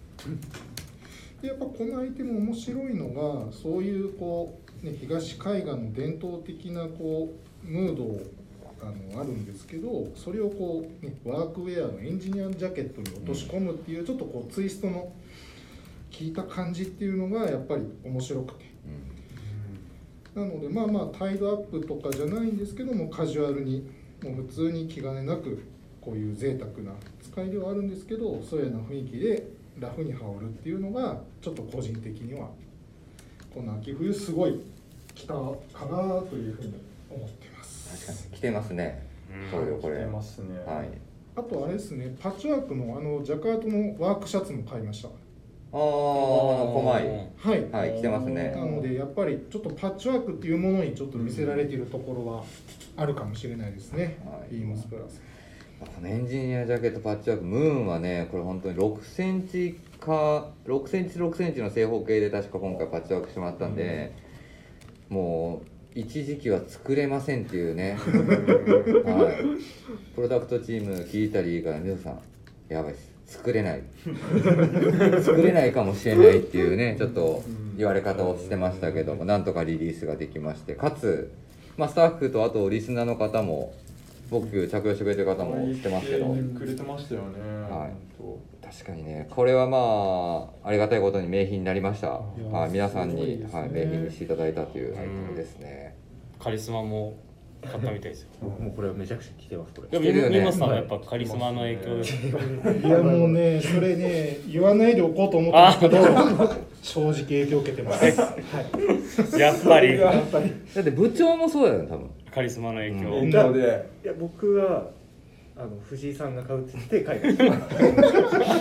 [SPEAKER 5] でやっぱこのアイテム面白いのがそういうこう、ね、東海岸の伝統的なこうムードをあのあるんですけどそれをこう、ね、ワークウェアのエンジニアジャケットに落とし込むっていうちょっとこうツイストの効いた感じっていうのがやっぱり面白くて。なのでまあまあタイドアップとかじゃないんですけどもカジュアルにもう普通に気兼ねなくこういう贅沢な使いではあるんですけどそういうような雰囲気でラフに羽織るっていうのがちょっと個人的にはこの秋冬すごい来たかなというふうに思ってます。
[SPEAKER 3] 確かに、来てますね。そうよ、こ
[SPEAKER 6] 来
[SPEAKER 3] れ。
[SPEAKER 6] て
[SPEAKER 3] は
[SPEAKER 6] ますね。
[SPEAKER 3] い。
[SPEAKER 5] あとあれですねパッチワークのあのジャカートのワークシャツも買いました。
[SPEAKER 3] ああ、細い。
[SPEAKER 5] はい、
[SPEAKER 3] はい、来てますね
[SPEAKER 5] な。のでやっぱりちょっとパッチワークっていうものにちょっと見せられているところはあるかもしれないですね、
[SPEAKER 3] はい
[SPEAKER 5] ビームスプラス
[SPEAKER 3] このエンジニアジャケットパッチワークムーンはねこれ本当に6センチか6センチ6センチの正方形で確か今回パッチワークしてもらったんで、もう一時期は作れませんっていうね、はい、プロダクトチーム聞いたりから皆さんやばいです作れない作れないかもしれないっていうねちょっと言われ方をしてましたけどもなんとかリリースができましてかつまあ、スタッフとあとリスナーの方も僕着用してくれてる方も来てますけど
[SPEAKER 6] くれてましたよね。
[SPEAKER 3] はい
[SPEAKER 6] 本
[SPEAKER 3] 確かにねこれはまあありがたいことに名品になりました、はい、皆さん
[SPEAKER 5] すごい
[SPEAKER 3] に、
[SPEAKER 5] ですね
[SPEAKER 3] はい、名品にしていただいたというアイテムですね、
[SPEAKER 4] カリスマも買ったみたいですよ
[SPEAKER 8] もうこれはめちゃくちゃ来てますこれ
[SPEAKER 4] でも
[SPEAKER 3] てるよね
[SPEAKER 4] 皆さんはやっぱカリスマの影響です
[SPEAKER 5] いやもうねそれね言わないでおこうと思ったんですけど正直影響を受けてます。はい。
[SPEAKER 4] やっぱり
[SPEAKER 3] だって部長もそうだよね多分
[SPEAKER 4] カリスマの影響、
[SPEAKER 6] 当。なので、
[SPEAKER 8] いや僕はあの藤井さんが買うって言って買いました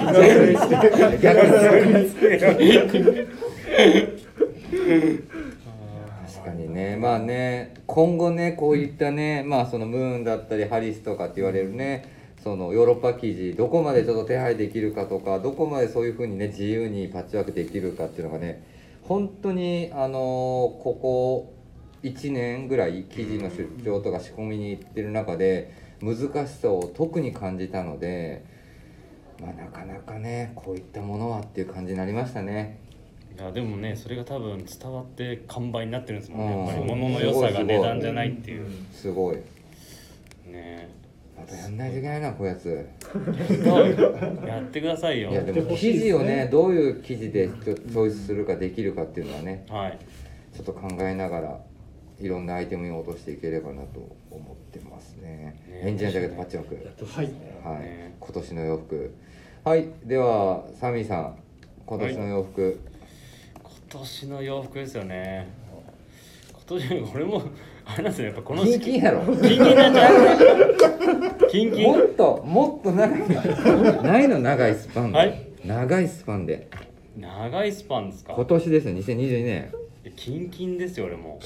[SPEAKER 3] 確かにねまあね今後ねこういったね、まあそのムーンだったりハリスとかって言われるねそのヨーロッパ記事どこまでちょっと手配できるかとかどこまでそういうふうにね自由にパッチワークできるかっていうのがね本当にあのここ1年ぐらい記事の出張とか仕込みに行ってる中で難しさを特に感じたので、まあ、なかなかねこういったものはっていう感じになりましたね。
[SPEAKER 4] いやでもねそれが多分伝わって完売になってるんですもんね、
[SPEAKER 3] うん
[SPEAKER 4] やっぱり物の良さが
[SPEAKER 3] すごいすごい
[SPEAKER 4] 値段じゃないっていう、
[SPEAKER 3] すごい
[SPEAKER 4] ね
[SPEAKER 3] またやんないといけないなこういうやつ。
[SPEAKER 4] やってくださいよ
[SPEAKER 3] いやでも記事をねどういう記事でチョチョイスするかできるかっていうのはね
[SPEAKER 4] はい
[SPEAKER 3] ちょっと考えながらいろんなアイテムに落としていければなと思ってますね
[SPEAKER 4] ね
[SPEAKER 3] エンジニアジャケットパッチワーク
[SPEAKER 5] はい。
[SPEAKER 3] はい、
[SPEAKER 4] ね
[SPEAKER 3] 今年の洋服はいではサミーさん今年の洋服、
[SPEAKER 4] 今年の洋服ですよね今年これもあれなんですよやっぱこの
[SPEAKER 3] キ
[SPEAKER 4] 時
[SPEAKER 3] ン
[SPEAKER 4] 期
[SPEAKER 3] キンやろ
[SPEAKER 4] キンキンなんじゃないキンキ
[SPEAKER 3] も
[SPEAKER 4] ン
[SPEAKER 3] っともっと長いないの長いスパンで、
[SPEAKER 4] はい
[SPEAKER 3] 長いスパンで
[SPEAKER 4] 長いスパンですか
[SPEAKER 3] 今年ですね2022年
[SPEAKER 4] いやキンキンですよ俺も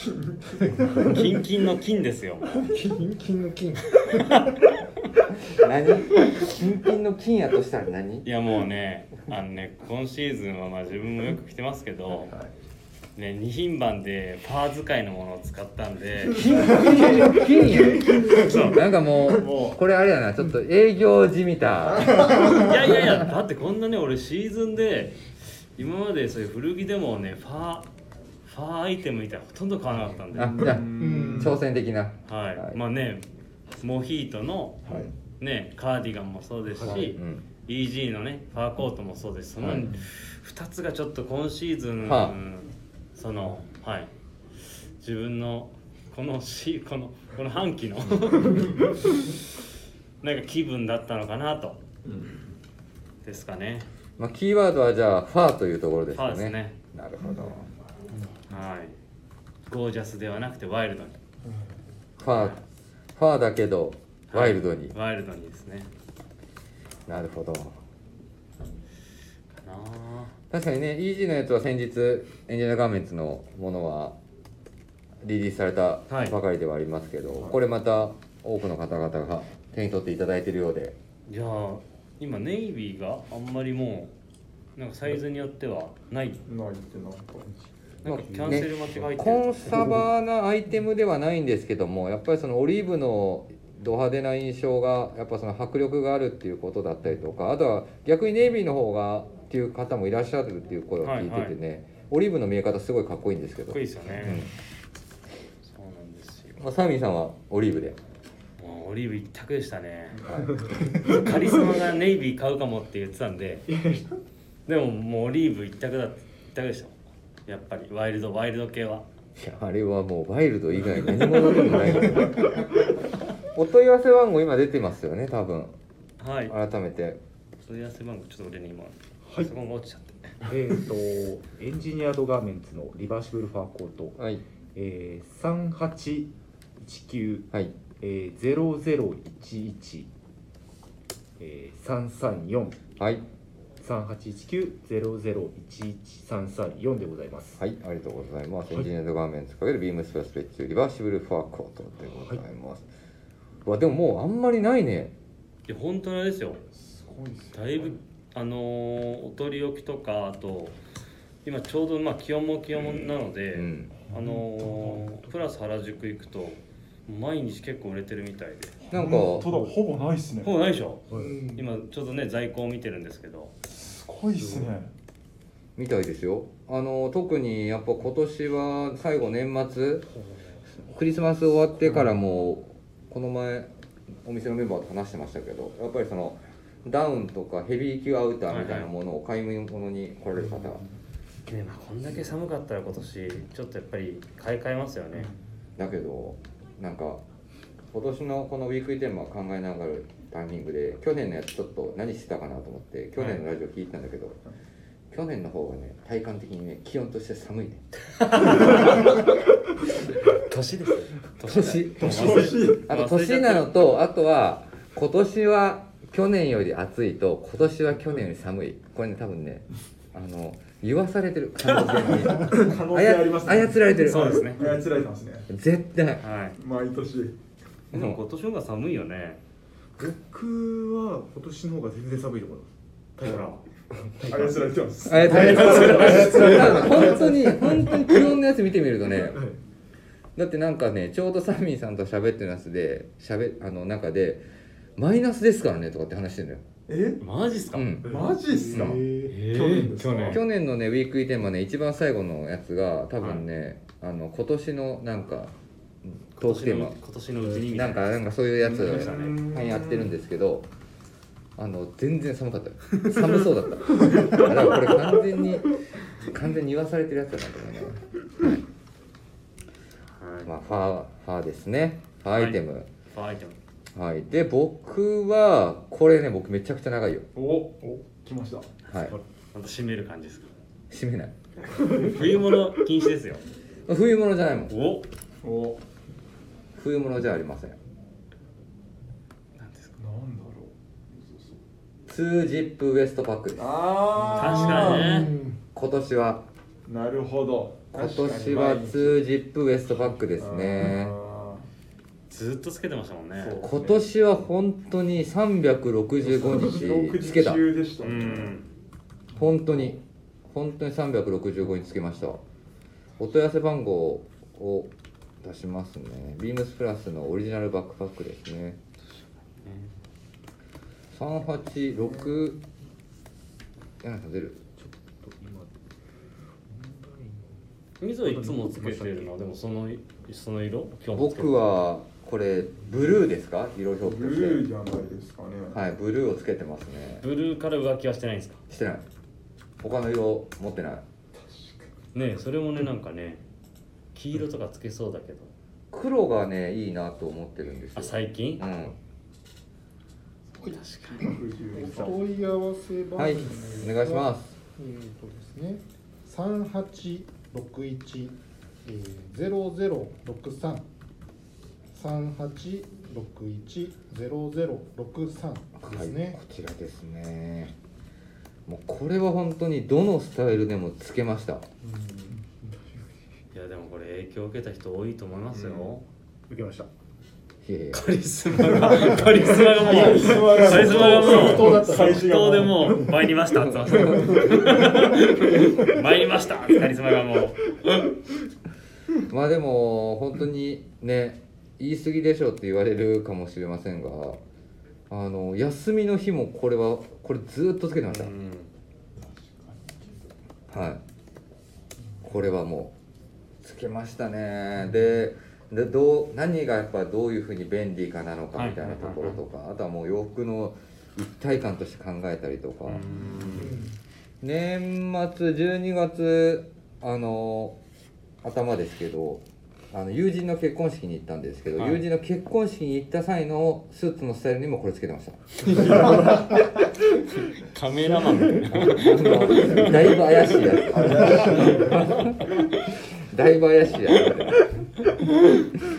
[SPEAKER 4] キンキンの金ですよ
[SPEAKER 5] 金金の金。
[SPEAKER 3] 何金金の金やとしたら何
[SPEAKER 4] いやもうねあのね今シーズンはまあ自分もよく着てますけど、ね、二品番でパー使いのものを使ったんで
[SPEAKER 3] 金やなんかもうこれあれやなちょっと営業地みた
[SPEAKER 4] いやいやいやだってこんなね俺シーズンで今までそういう古着でもねファーファーアイテムみたいなのほとんど買わなかったんで、
[SPEAKER 3] あ
[SPEAKER 4] は
[SPEAKER 3] じゃあ
[SPEAKER 5] うん
[SPEAKER 3] 挑戦的なはい
[SPEAKER 4] い、まあねモヒートの、ね、カーディガンもそうですし、
[SPEAKER 3] うん、
[SPEAKER 4] EG のねファーコートもそうですその
[SPEAKER 3] はい
[SPEAKER 4] 2つがちょっと今シーズン、
[SPEAKER 3] はあ
[SPEAKER 4] そのはい自分のこのしこのこの半期のなんか気分だったのかなと、ですかね
[SPEAKER 3] まあキーワードはじゃあファーというところですかね
[SPEAKER 4] ファーですね
[SPEAKER 3] なるほど
[SPEAKER 4] はいゴージャスではなくてワイルドに
[SPEAKER 3] ファーファーだけどワイルドに、
[SPEAKER 4] ワイルドにですね
[SPEAKER 3] なるほど
[SPEAKER 4] かなあ
[SPEAKER 3] 確かにねイージーのやつは先日エンジニアガーメンツのものはリリースされた
[SPEAKER 4] はい
[SPEAKER 3] ばかりではありますけど、これまた多くの方々が手に取っていただいているようで
[SPEAKER 4] いやー今ネイビーがあんまりもうなんかサイズによってはない
[SPEAKER 6] ないってなんか。
[SPEAKER 4] なんかキャンセル待ちが入ってる、
[SPEAKER 3] コンサバなアイテムではないんですけどもやっぱりそのオリーブのド派手な印象がやっぱその迫力があるっていうことだったりとかあとは逆にネイビーの方がっていう方もいらっしゃるっていう声を聞いててね、オリーブの見え方すごいかっこいいんですけ
[SPEAKER 4] か
[SPEAKER 3] ど
[SPEAKER 4] っこいいですよね、そうなんですよ
[SPEAKER 3] まあ、サーミーさんはオリーブで
[SPEAKER 4] もうオリーブ一択でしたね、カリスマがネイビー買うかもって言ってたんででももうオリーブ一択だ一択でしたもんやっぱりワイルドワイルド系はい
[SPEAKER 3] やあれはもうワイルド以外何者でもないから お問い合わせ番号今出てますよね多分
[SPEAKER 4] はい
[SPEAKER 3] 改めて
[SPEAKER 4] 問い合わせ番号ちょっと俺に今、パソコンが落ちちゃって
[SPEAKER 8] えっとエンジニアードガーメンツのリバーシブルファーコート、
[SPEAKER 3] はい
[SPEAKER 8] えー、3819
[SPEAKER 3] はい
[SPEAKER 8] えー、0011、えー、
[SPEAKER 3] はい
[SPEAKER 8] 3343819-0011-334でございます。
[SPEAKER 3] はい、ありがとうございます。エンジニアド画面使えるビームスプラスペッチリバーシブルファーコートでございます。わでももうあんまりないね。
[SPEAKER 4] で本当にあれですよ
[SPEAKER 6] すごいです
[SPEAKER 4] だいぶあのーお取り置きとかあと今ちょうどまあ気温も気温なので、
[SPEAKER 3] うん。
[SPEAKER 4] あのープラス原宿行くと毎日結構売れてるみたいで
[SPEAKER 3] なんか
[SPEAKER 6] 本当だ、ほぼないですね。
[SPEAKER 4] もうないでしょ
[SPEAKER 5] うん
[SPEAKER 4] 今ちょうどね在庫を見てるんですけど
[SPEAKER 6] すごいですね。
[SPEAKER 3] みたいですよ。あの特にやっぱ今年は最後年末クリスマス終わってからもこの前お店のメンバーと話してましたけどやっぱりそのダウンとかヘビー級アウターみたいなものを買い物に来られる方
[SPEAKER 4] ねまあ、こんだけ寒かったら今年ちょっとやっぱり買い替えますよね
[SPEAKER 3] だけどなんか今年のこのウィークリーテーマを考えながらタイミングで去年のやつちょっと何してたかなと思って去年のラジオ聞いてたんだけど、去年の方がね体感的にね気温として寒いね
[SPEAKER 4] 年ですよ
[SPEAKER 3] あと年なのとあとは今年は去年より暑いと今年は去年より寒いこれね多分ねあの言わされてる完全に
[SPEAKER 6] 可能性あります
[SPEAKER 3] あや操られてる
[SPEAKER 4] そうですね
[SPEAKER 6] 操られてますね
[SPEAKER 3] 絶対
[SPEAKER 4] はい
[SPEAKER 6] 毎年
[SPEAKER 4] でも今年の方が寒いよね
[SPEAKER 9] 僕は今年の方が全然寒いと思います
[SPEAKER 4] だから
[SPEAKER 6] 操られてま す
[SPEAKER 3] あやつられてるだから本当に本当に気温のやつ見てみるとね
[SPEAKER 9] はい
[SPEAKER 3] だってなんかねちょうどサミーさんと喋ってるやつで喋あの中で「マイナスですからね」とかって話してるのよ、
[SPEAKER 6] え
[SPEAKER 4] マジっすか、
[SPEAKER 3] うん、
[SPEAKER 6] マジっすか
[SPEAKER 5] え
[SPEAKER 4] え
[SPEAKER 6] 去年ですか
[SPEAKER 3] 去年のねウィークイーテーマね一番最後のやつが多分ね、あの今年のなんかうんトークテーマ
[SPEAKER 4] 今年のうちにみた
[SPEAKER 3] ないん
[SPEAKER 4] な
[SPEAKER 3] かなんかそういうやつ
[SPEAKER 4] 見ましたね
[SPEAKER 3] はいやってるんですけどあの全然寒かったよ寒そうだ っただからこれ完全に完全に言わされてるやつだなと思いなが
[SPEAKER 4] はい
[SPEAKER 3] ら、まあ、ファーファーですねファーアイテム
[SPEAKER 4] ファーアイテム
[SPEAKER 3] はい、で僕はこれね僕めちゃくちゃ長いよ
[SPEAKER 6] おお来ました
[SPEAKER 3] はい
[SPEAKER 4] また締める感じですか
[SPEAKER 3] 閉めない
[SPEAKER 4] 冬物禁止ですよ
[SPEAKER 3] 冬物じゃないもん
[SPEAKER 4] お
[SPEAKER 6] お
[SPEAKER 3] 冬物じゃありません
[SPEAKER 4] なんですか
[SPEAKER 6] なんだろ
[SPEAKER 3] ツージップウエストパックで
[SPEAKER 6] う
[SPEAKER 3] す
[SPEAKER 6] あ
[SPEAKER 4] 確かにね
[SPEAKER 3] 今年は
[SPEAKER 6] になるほど
[SPEAKER 3] 今年はツージップウエストパックですね
[SPEAKER 6] あ
[SPEAKER 4] ずっとつけてましたもんね
[SPEAKER 6] そう
[SPEAKER 3] 今年は本当に365
[SPEAKER 6] ー
[SPEAKER 3] 日つけた
[SPEAKER 6] 中でした
[SPEAKER 4] う
[SPEAKER 6] ね
[SPEAKER 4] ん
[SPEAKER 3] 本当に本当に365日つけましたお問い合わせ番号を出しますねビームスプラスのオリジナルバックパックですね386柳さん出る
[SPEAKER 4] 水をいつもつけてるのでもそのその色今日もつけてる
[SPEAKER 3] 僕はこれブルーですか色表記
[SPEAKER 6] ブ
[SPEAKER 3] と
[SPEAKER 6] ルー
[SPEAKER 3] し
[SPEAKER 6] じゃないですかね
[SPEAKER 3] てはいブルーをつけてますね
[SPEAKER 4] ブルーから浮気はしてないんですか
[SPEAKER 3] してない他の色持ってない
[SPEAKER 4] ねえそれもねなんかね黄色とかつけそうだけど
[SPEAKER 3] 黒がねいいなと思ってるんですよ
[SPEAKER 4] あ最近
[SPEAKER 3] うん
[SPEAKER 4] 確かに
[SPEAKER 5] お問い合わせ番号
[SPEAKER 3] はいお願いします
[SPEAKER 5] えーとですね、三八六一ゼロゼロ六三三八六一ゼロゼロ六三です
[SPEAKER 3] はい、
[SPEAKER 5] ね
[SPEAKER 3] こ。ちらですねもうこれは本当にどのスタイルでもつけました
[SPEAKER 4] いやでもこれ影響を受けた人多いと思いますよ、
[SPEAKER 9] 受けました
[SPEAKER 3] いや いや
[SPEAKER 4] カリスマがカリスマがもうカリスマがもう
[SPEAKER 6] 最初
[SPEAKER 4] 即答でもう参りましたって言ってました参りましたってカリスマがもう
[SPEAKER 3] まあでも本当にね言い過ぎでしょって言われるかもしれませんがあの休みの日もこれはこれずっとつけてました、はいこれはもうつけましたねででどう何がやっぱどういうふうに便利かなのかみたいなところとか、あとはもう洋服の一体感として考えたりとか、年末12月あの頭ですけどあの友人の結婚式に行ったんですけど、
[SPEAKER 4] はい
[SPEAKER 3] 友人の結婚式に行った際のスーツのスタイルにもこれつけてました
[SPEAKER 4] カメラマンみたいな
[SPEAKER 3] あの だいぶ怪しいやつ だいぶ怪しいやつ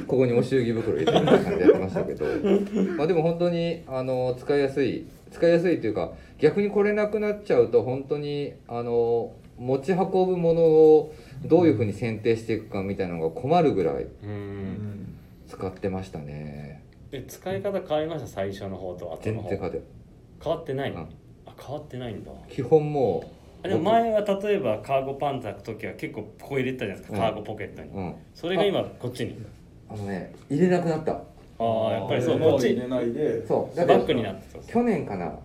[SPEAKER 3] ここにお祝儀袋入れてみたいな感じでやってましたけどまあでも本当にあの使いやすい使いやすいというか逆にこれなくなっちゃうと本当にあの持ち運ぶものをどういうふうに選定していくかみたいなのが困るぐらい
[SPEAKER 4] うん
[SPEAKER 3] 使ってましたね
[SPEAKER 4] え使い方変わりました最初の方と後の
[SPEAKER 3] 全
[SPEAKER 4] 方
[SPEAKER 3] 然勝てる
[SPEAKER 4] 変わってない、
[SPEAKER 3] うん
[SPEAKER 4] あ変わってないんだ
[SPEAKER 3] 基本も
[SPEAKER 4] あでも前は例えばカーゴパンツ履く時は結構ここ入れてたじゃないですか、
[SPEAKER 3] うん
[SPEAKER 4] カーゴポケットに、
[SPEAKER 3] う、うん、
[SPEAKER 4] それが今こっちに
[SPEAKER 3] あのね入れなくなった
[SPEAKER 4] ああやっぱりそうこ
[SPEAKER 6] も
[SPEAKER 4] っ
[SPEAKER 6] う
[SPEAKER 4] ち
[SPEAKER 6] 入れないで
[SPEAKER 3] そう
[SPEAKER 4] バ
[SPEAKER 3] だから
[SPEAKER 4] ックになってた
[SPEAKER 3] 去年かな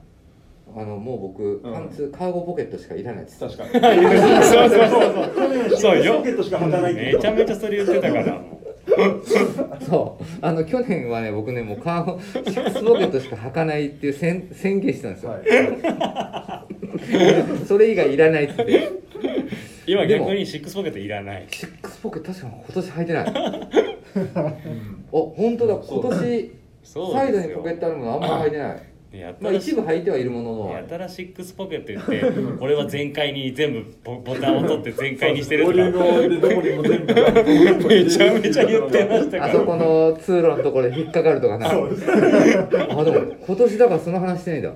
[SPEAKER 3] あのもう僕
[SPEAKER 6] ん
[SPEAKER 3] パンツカーゴポケットしかいらないです
[SPEAKER 6] 確かに
[SPEAKER 4] そうそうそうそう
[SPEAKER 6] 去年シングルポケットしか履かないって
[SPEAKER 4] め
[SPEAKER 6] 言っ
[SPEAKER 4] ち
[SPEAKER 6] て
[SPEAKER 4] ゃめちゃそれ言ってたからもう
[SPEAKER 3] そうあの去年はね僕ねもうカーボンシックスポケットしか履かないっていう宣宣言してたんですよ、それ以外いらないって言って
[SPEAKER 4] 今
[SPEAKER 3] でも
[SPEAKER 4] 逆にシックスポケットいらない
[SPEAKER 3] シックスポケット確かに今年履いてないあ本当だ今年
[SPEAKER 4] そ
[SPEAKER 3] サ
[SPEAKER 4] う
[SPEAKER 3] イド
[SPEAKER 4] で
[SPEAKER 3] に
[SPEAKER 4] す
[SPEAKER 3] ポ
[SPEAKER 4] よ
[SPEAKER 3] ケットあるものあんまり履いてない
[SPEAKER 4] やった
[SPEAKER 3] まあ
[SPEAKER 4] ら
[SPEAKER 3] 一部履いてはいるものの
[SPEAKER 4] やたらシックスポケット言って俺は全開に全部ボボタンを取って全開にしてると
[SPEAKER 6] ボリューム
[SPEAKER 4] か
[SPEAKER 6] を入れてボリューム全
[SPEAKER 4] めちゃ
[SPEAKER 6] 部
[SPEAKER 4] めちゃ言ってました
[SPEAKER 3] あ
[SPEAKER 4] か
[SPEAKER 3] そ
[SPEAKER 4] ら
[SPEAKER 3] この通路のところで引っかかるとかな。あ、でも今年だからその話してないんだ。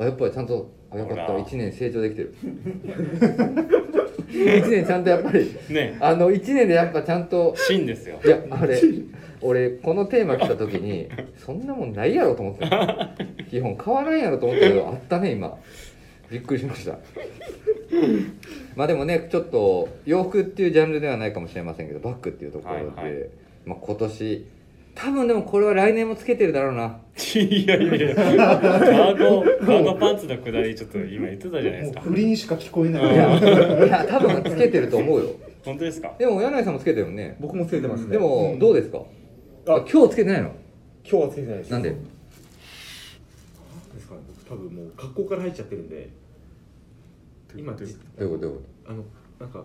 [SPEAKER 3] あ、やっぱりちゃんと、あ、よかった、
[SPEAKER 4] ほら
[SPEAKER 3] 1年成長できてる。1年ちゃんとやっぱり、
[SPEAKER 4] ね
[SPEAKER 3] あの、1年でやっぱちゃんと、
[SPEAKER 4] 真ですよ
[SPEAKER 3] いや、あれ、俺、このテーマ来た時に、そんなもんないやろと思ってた。基本変わらんやろと思ったけど、あったね、今。びっくりしました。まあでもね、ちょっと洋服っていうジャンルではないかもしれませんけど、バッグっていうところで、
[SPEAKER 4] はいは
[SPEAKER 3] まあ今年、多分でもこれは来年もつけてるだろうな。
[SPEAKER 4] いやいやいやカーゴカーゴパンツのくだりちょっと今言ってたじゃないで
[SPEAKER 9] も
[SPEAKER 4] すか
[SPEAKER 9] う振りにしか聞こえない
[SPEAKER 3] いや、いや多分つけてると思うよ。
[SPEAKER 4] 本当ですか
[SPEAKER 3] でも柳井さんもつけてるよね。
[SPEAKER 8] 僕もつけてますね
[SPEAKER 3] でも、どうですかあ今日つけてないの
[SPEAKER 8] 今日はつけてないです
[SPEAKER 3] なんで
[SPEAKER 8] ですかね僕多分もう格好から入っちゃってるんで今じ
[SPEAKER 3] どういうことどういうこ
[SPEAKER 8] あのなんか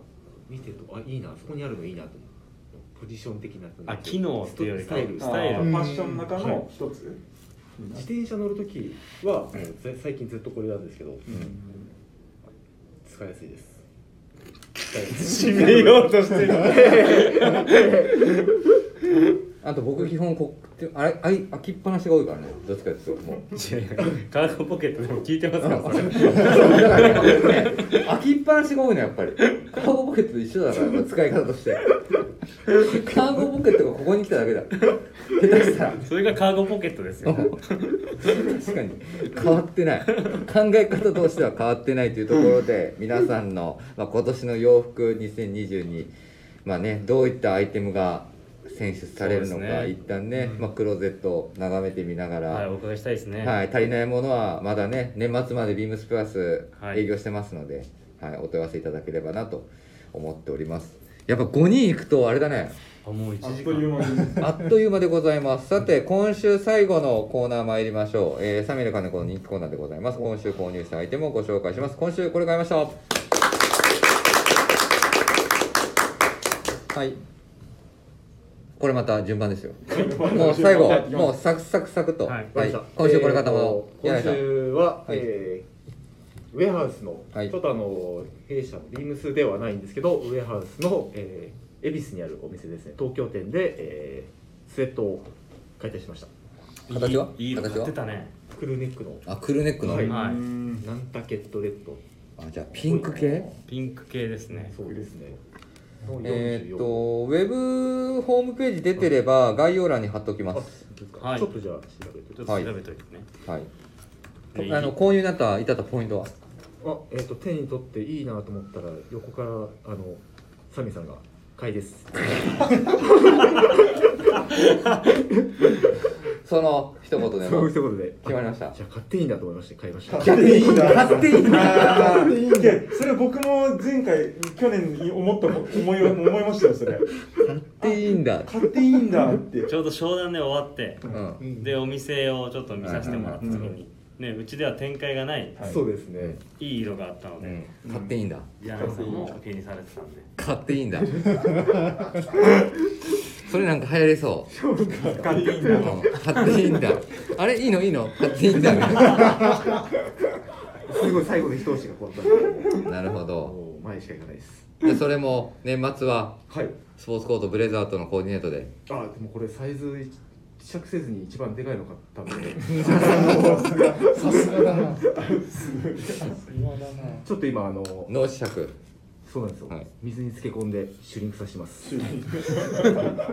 [SPEAKER 8] 見てるとあいいなそこにあるのいいなと思うポジション的な
[SPEAKER 4] あ機能っていうより
[SPEAKER 8] ス
[SPEAKER 4] か
[SPEAKER 8] タイル
[SPEAKER 4] スタイル
[SPEAKER 6] あーファッションの中の一つ
[SPEAKER 8] 自転車乗るときはもうぜ最近ずっとこれなんですけど使いやすいです使いやすい
[SPEAKER 4] 締めようとしてる
[SPEAKER 3] とあと僕基本こうあれあい開きっぱなしが多いからねどっちかですよもう
[SPEAKER 4] カーゴポケットでも聞いてますから それ
[SPEAKER 3] だからやっぱね開きっぱなしが多いのやっぱりカーゴポケットと一緒だからやっぱ使い方としてカーゴポケットがここに来ただけだ下手したら
[SPEAKER 4] それがカーゴポケットです よ
[SPEAKER 3] 確かに変わってない考え方としては変わってないというところ で皆さんの、まあ、今年の洋服2022まあねどういったアイテムが選出されるの
[SPEAKER 4] そう
[SPEAKER 3] か、
[SPEAKER 4] ですね
[SPEAKER 3] 一旦ね、まあ、クローゼットを眺めてみながら、
[SPEAKER 4] はいお伺いしたいですね
[SPEAKER 3] はい、足りないものはまだね年末までビームスプラス
[SPEAKER 4] はい
[SPEAKER 3] 営業してますので、はいお問い合わせいただければなと思っておりますやっぱ5人行くとあれだね
[SPEAKER 4] あもう
[SPEAKER 6] あ
[SPEAKER 4] 1
[SPEAKER 6] っ
[SPEAKER 4] 時
[SPEAKER 6] という
[SPEAKER 4] 間
[SPEAKER 6] 間に
[SPEAKER 3] あっという間でございますさて今週最後のコーナー参りましょう、えー、サミュエルカネコの人気コーナーでございます今週購入したアイテムをご紹介します今週これ買いましたはいこれまた順番ですよもう最後もうサクサクサクと、
[SPEAKER 4] はい
[SPEAKER 3] はい今週これ買ったものを
[SPEAKER 7] えーと今
[SPEAKER 3] 柳井
[SPEAKER 7] 週は、
[SPEAKER 3] はい
[SPEAKER 7] えーウェハウスの、
[SPEAKER 3] はい
[SPEAKER 7] ちょっとあの弊社のビームスではないんですけどウェハウスの、えー恵比寿にあるお店ですね東京店で、えースウェットを解体しました
[SPEAKER 3] 形はい
[SPEAKER 4] いい色
[SPEAKER 3] 形
[SPEAKER 4] 買
[SPEAKER 3] は
[SPEAKER 4] ってたね
[SPEAKER 7] クルーネックの
[SPEAKER 3] さんあクルーネックの、
[SPEAKER 7] はい
[SPEAKER 4] は
[SPEAKER 6] う
[SPEAKER 4] い
[SPEAKER 6] ん
[SPEAKER 7] ナンタケットレッド
[SPEAKER 3] あじゃあピンク系
[SPEAKER 4] ピンク系ですね
[SPEAKER 7] そうですねの
[SPEAKER 3] えーっ
[SPEAKER 7] 44
[SPEAKER 3] とウェブホームページ出てれば概要欄に貼っときます
[SPEAKER 7] 本当ですか
[SPEAKER 4] はい
[SPEAKER 7] ちょっとじゃあ調べて
[SPEAKER 4] ちょっと調べといてね
[SPEAKER 3] はい
[SPEAKER 4] で
[SPEAKER 3] あの購入になった至ったポイントは
[SPEAKER 7] あ、えー、と手に取っていいなと思ったら横からあのサミさんが「買いです」
[SPEAKER 3] その一言で
[SPEAKER 7] そう
[SPEAKER 3] も
[SPEAKER 7] いうことで
[SPEAKER 3] 決まりました
[SPEAKER 7] じゃあ買っていいんだと思いまして買いました
[SPEAKER 3] 買っていいんだ買っていいんだ
[SPEAKER 6] でそれ僕も前回去年に思った思い思いましたよそれ
[SPEAKER 3] 買っていいんだ
[SPEAKER 6] 買っていいんだって
[SPEAKER 4] ちょうど商談で終わって
[SPEAKER 3] うん
[SPEAKER 5] うん
[SPEAKER 4] でお店をちょっと見させてもらった時にねうちでは展開がない
[SPEAKER 6] はい
[SPEAKER 7] そうですね
[SPEAKER 4] いい色があったの
[SPEAKER 3] う
[SPEAKER 4] で
[SPEAKER 3] ん買っていいんだ
[SPEAKER 4] 柳井さんも気にされてたんで
[SPEAKER 3] 買ってい いんだそれなんか流行りそう
[SPEAKER 6] 買っていいんだ
[SPEAKER 3] うん買っていいんだあれいいのいいの買っていいんだ
[SPEAKER 7] すごい最後の一押しがこうや っ
[SPEAKER 3] なるほ
[SPEAKER 7] た
[SPEAKER 3] ど
[SPEAKER 7] もう前しか行かないです
[SPEAKER 3] でそれも年末は
[SPEAKER 7] はい
[SPEAKER 3] スポーツコートブレザーとのコーディネートで
[SPEAKER 7] あでもこれサイズ一試着せずに一番でかいの買ったの で
[SPEAKER 5] さすがだな。さすがだな。
[SPEAKER 7] ちょっと今あの
[SPEAKER 3] 脳試着
[SPEAKER 7] そうなんですよ、
[SPEAKER 3] はい
[SPEAKER 7] 水に漬け込んでシュリンクさせてます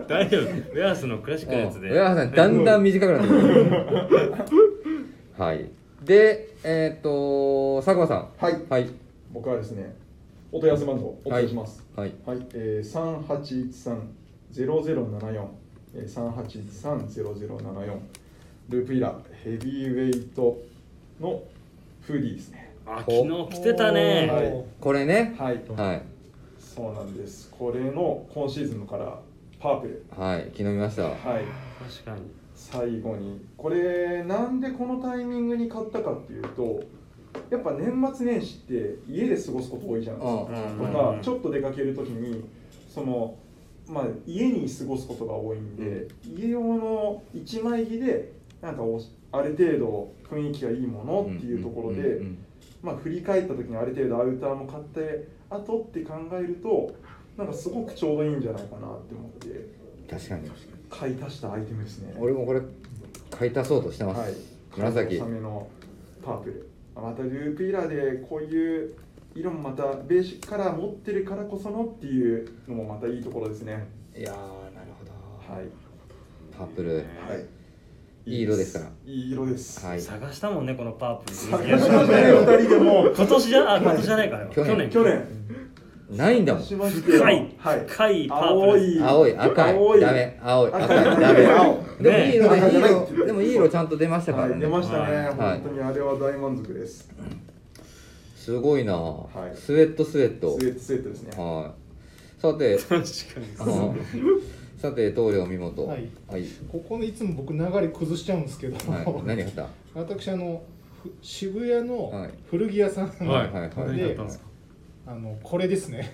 [SPEAKER 4] 大丈夫ウェアースのクラシックのやつで
[SPEAKER 3] 上原さんだんだん短くなってくる はいでえっ、と佐久間さん
[SPEAKER 6] はい
[SPEAKER 3] はい
[SPEAKER 6] 僕はですねお問い合わせ番号お伝えします
[SPEAKER 3] はい
[SPEAKER 6] はい、えー、3813-0074、えー、3813-0074ループイラーヘビーウェイトのフーディーですね
[SPEAKER 4] あ昨日着てたね
[SPEAKER 6] は
[SPEAKER 3] これね
[SPEAKER 6] い、はい、
[SPEAKER 3] はい
[SPEAKER 6] そうなんですこれの今シーズンからパープル
[SPEAKER 3] はい、昨日見ました。
[SPEAKER 6] はい
[SPEAKER 4] 確かに
[SPEAKER 6] 最後にこれなんでこのタイミングに買ったかっていうとやっぱ年末年始って家で過ごすこと多いじゃないですか、
[SPEAKER 4] うん
[SPEAKER 6] とか、
[SPEAKER 4] うん
[SPEAKER 6] ちょっと出かけるときにその、まあ、家に過ごすことが多いんで、家用の一枚着でなんかおある程度雰囲気がいいものっていうところで、
[SPEAKER 3] うんうんうん
[SPEAKER 6] まあ、振り返った時にある程度アウターも買ってあとって考えるとなんかすごくちょうどいいんじゃないかなって思って
[SPEAKER 3] うん確かに。
[SPEAKER 6] 買い足したアイテムですね。
[SPEAKER 3] 俺もこれ買い足そうとしてます。
[SPEAKER 6] はい、
[SPEAKER 3] 紫
[SPEAKER 6] サ。メのパープルまたループイラーでこういう色もまたベーシックカラー持ってるからこそのっていうのもまたいいところですね
[SPEAKER 3] いやー、なるほど。
[SPEAKER 6] はい
[SPEAKER 3] パープル。
[SPEAKER 6] はい
[SPEAKER 3] いい色ですから
[SPEAKER 6] いい色です、
[SPEAKER 3] はい。
[SPEAKER 4] 探したもんねこのパープル
[SPEAKER 6] 探したね二人でも
[SPEAKER 4] 今年じゃあ今年じゃないから
[SPEAKER 3] 去年
[SPEAKER 6] 去年
[SPEAKER 3] ないんだもん。
[SPEAKER 6] しまして
[SPEAKER 4] 深い
[SPEAKER 6] はい
[SPEAKER 4] 深いパー
[SPEAKER 6] 青
[SPEAKER 4] プル
[SPEAKER 6] い
[SPEAKER 3] 青い、赤
[SPEAKER 6] 青
[SPEAKER 3] い、ダメ。青い、赤
[SPEAKER 6] 赤
[SPEAKER 3] い、
[SPEAKER 6] い
[SPEAKER 3] ダメ。
[SPEAKER 6] 青
[SPEAKER 3] でもいい色で、
[SPEAKER 6] ね
[SPEAKER 3] いい色。でもいい色ちゃんと出ましたか
[SPEAKER 6] は
[SPEAKER 3] ら
[SPEAKER 6] い出ま
[SPEAKER 3] ね。
[SPEAKER 6] したね、
[SPEAKER 3] はい
[SPEAKER 6] 本当にあれは大満足です
[SPEAKER 3] すごいな
[SPEAKER 6] はい
[SPEAKER 3] スウェットスウェッ
[SPEAKER 6] スウ
[SPEAKER 3] ト。
[SPEAKER 6] ェットスウェットですね
[SPEAKER 3] はい。さて、あ のさて、棟梁見元。は
[SPEAKER 5] はいい。ここでいつも僕流れ崩しちゃうんですけど、
[SPEAKER 3] はい。何があった
[SPEAKER 5] 私あのふ渋谷
[SPEAKER 3] は
[SPEAKER 5] の
[SPEAKER 3] い
[SPEAKER 5] 古着屋さん、
[SPEAKER 3] はいはいはい
[SPEAKER 5] であのこれですね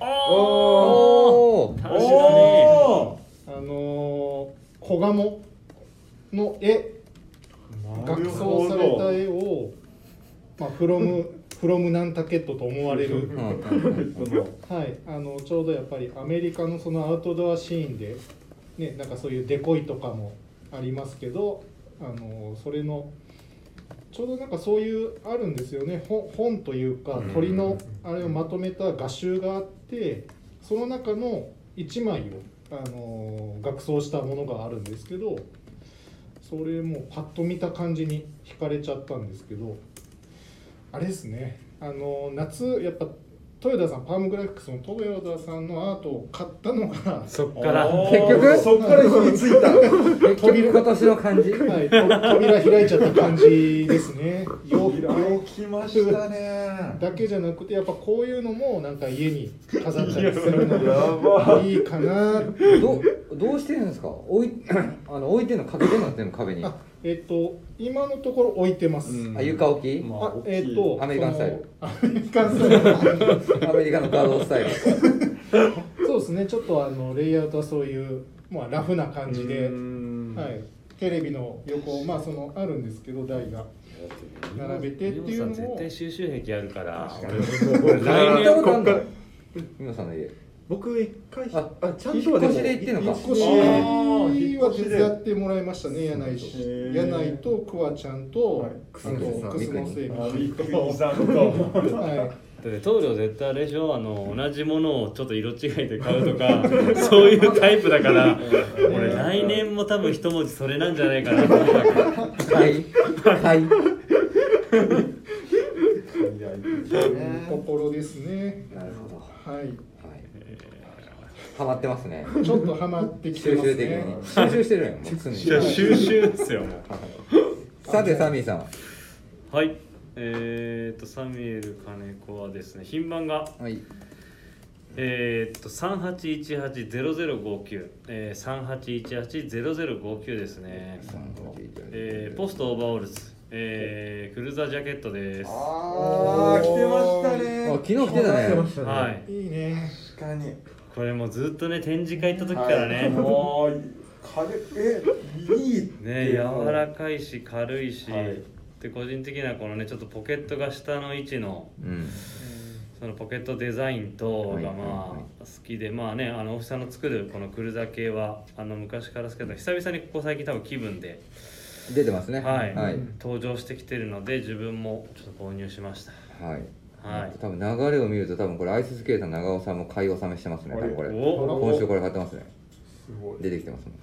[SPEAKER 3] おー
[SPEAKER 4] 確か
[SPEAKER 5] あのー小鴨の絵学装された絵をまあフロムフロムナンタケットと思われる
[SPEAKER 3] うんうんうん
[SPEAKER 5] はいあのちょうどやっぱりアメリカのそのアウトドアシーンでねなんかそういうデコイとかもありますけどあのそれのちょうどなんかそういうあるんですよね本本というか鳥のあれをまとめた画集があってその中の1枚をあの額装したものがあるんですけどそれもパッと見た感じに惹かれちゃったんですけどあれですねあの夏やっぱ豊田さんパームグラフィックスの豊田さんのアートを買ったのが
[SPEAKER 4] にそっから
[SPEAKER 3] 結局
[SPEAKER 6] そっから火ついた
[SPEAKER 3] 結局今年の感じ
[SPEAKER 5] はい、と扉開いちゃった感じですね。洋服
[SPEAKER 6] 色きましたね
[SPEAKER 5] だけじゃなくて、やっぱこういうのもなんか家に飾ったりするのがいいかな。
[SPEAKER 3] どうどうしてるんですか置い あの置いてんのかけてんの全部壁に
[SPEAKER 5] あ、えっと今のところ置いてます。
[SPEAKER 6] うん
[SPEAKER 3] あ床置き、
[SPEAKER 6] ま
[SPEAKER 5] あ
[SPEAKER 6] 大、きい
[SPEAKER 5] えっと
[SPEAKER 3] アメリカンスタイル
[SPEAKER 5] そのアメリカンスタイル。
[SPEAKER 3] アメリカのガードスタイル
[SPEAKER 5] そうですね。ちょっとあのレイアウトはそういうまあラフな感じで
[SPEAKER 6] う、ん
[SPEAKER 5] はい。テレビの横、まあそのあるんですけど台が。並べてっていう
[SPEAKER 4] リ
[SPEAKER 5] のを
[SPEAKER 4] モさん絶対収集癖あるから
[SPEAKER 3] 行
[SPEAKER 4] 来
[SPEAKER 3] った
[SPEAKER 4] 年
[SPEAKER 3] ことあんの今さんの家
[SPEAKER 9] 僕一回ひ
[SPEAKER 3] あ
[SPEAKER 9] あちゃんとはでも
[SPEAKER 3] 引っ越しで行ってんのか
[SPEAKER 5] 引っ越しは手伝ってもらいましたね柳井
[SPEAKER 6] へー
[SPEAKER 5] し柳井とクワちゃんと
[SPEAKER 6] はい
[SPEAKER 5] あとクスノセ
[SPEAKER 6] あ
[SPEAKER 5] ミ
[SPEAKER 6] びっくりしたと
[SPEAKER 5] はい
[SPEAKER 4] だって棟梁絶対あれでしょあの同じものをちょっと色違いで買うとかそういうタイプだから俺来年も多分一文字それなんじゃないかなと思ったから
[SPEAKER 3] 買い買い
[SPEAKER 6] いやいい
[SPEAKER 5] というところですね
[SPEAKER 3] なるほどは
[SPEAKER 5] はい
[SPEAKER 3] いハマってますね
[SPEAKER 5] ちょっとハマってきて
[SPEAKER 3] 収
[SPEAKER 5] ます
[SPEAKER 3] 集的
[SPEAKER 5] ね
[SPEAKER 3] に収集してるよもう 常に
[SPEAKER 4] いや収集ですよ
[SPEAKER 3] さてサミーさん
[SPEAKER 4] はいえー、っとサミュエル金子はですね品番が
[SPEAKER 3] はい
[SPEAKER 4] えー、っと38180059、えー、38180059ですねえー、ポストオーバーオールズ、えー、クルーザージャケットですは
[SPEAKER 6] あー来てました
[SPEAKER 3] あ
[SPEAKER 6] ね
[SPEAKER 3] 昨日来てたね
[SPEAKER 4] い
[SPEAKER 5] いいね
[SPEAKER 6] 確かに
[SPEAKER 4] これもうずっとね展示会行った時からね、
[SPEAKER 6] はいもう軽いえいいって
[SPEAKER 4] ね柔らかいし軽いし、
[SPEAKER 6] はい
[SPEAKER 4] で個人的なこのねちょっとポケットが下の位置の
[SPEAKER 3] うん
[SPEAKER 4] そのポケットデザインと
[SPEAKER 3] はい
[SPEAKER 4] が
[SPEAKER 3] はいは
[SPEAKER 4] まあ好きでまあねあのオフィサーの作るこのクルーザー系はあの昔から好きだった久々にここ最近多分気分で、
[SPEAKER 3] 出てますね
[SPEAKER 4] はい
[SPEAKER 3] はい
[SPEAKER 4] 登場してきてるので自分もちょっと購入しました
[SPEAKER 3] はい
[SPEAKER 4] はい
[SPEAKER 3] 多分流れを見ると多分これアイススケーターの長尾さんも買い納めしてますね多分これ
[SPEAKER 4] お
[SPEAKER 3] 今週これ買ってますね
[SPEAKER 6] すごい
[SPEAKER 3] 出てきてますもん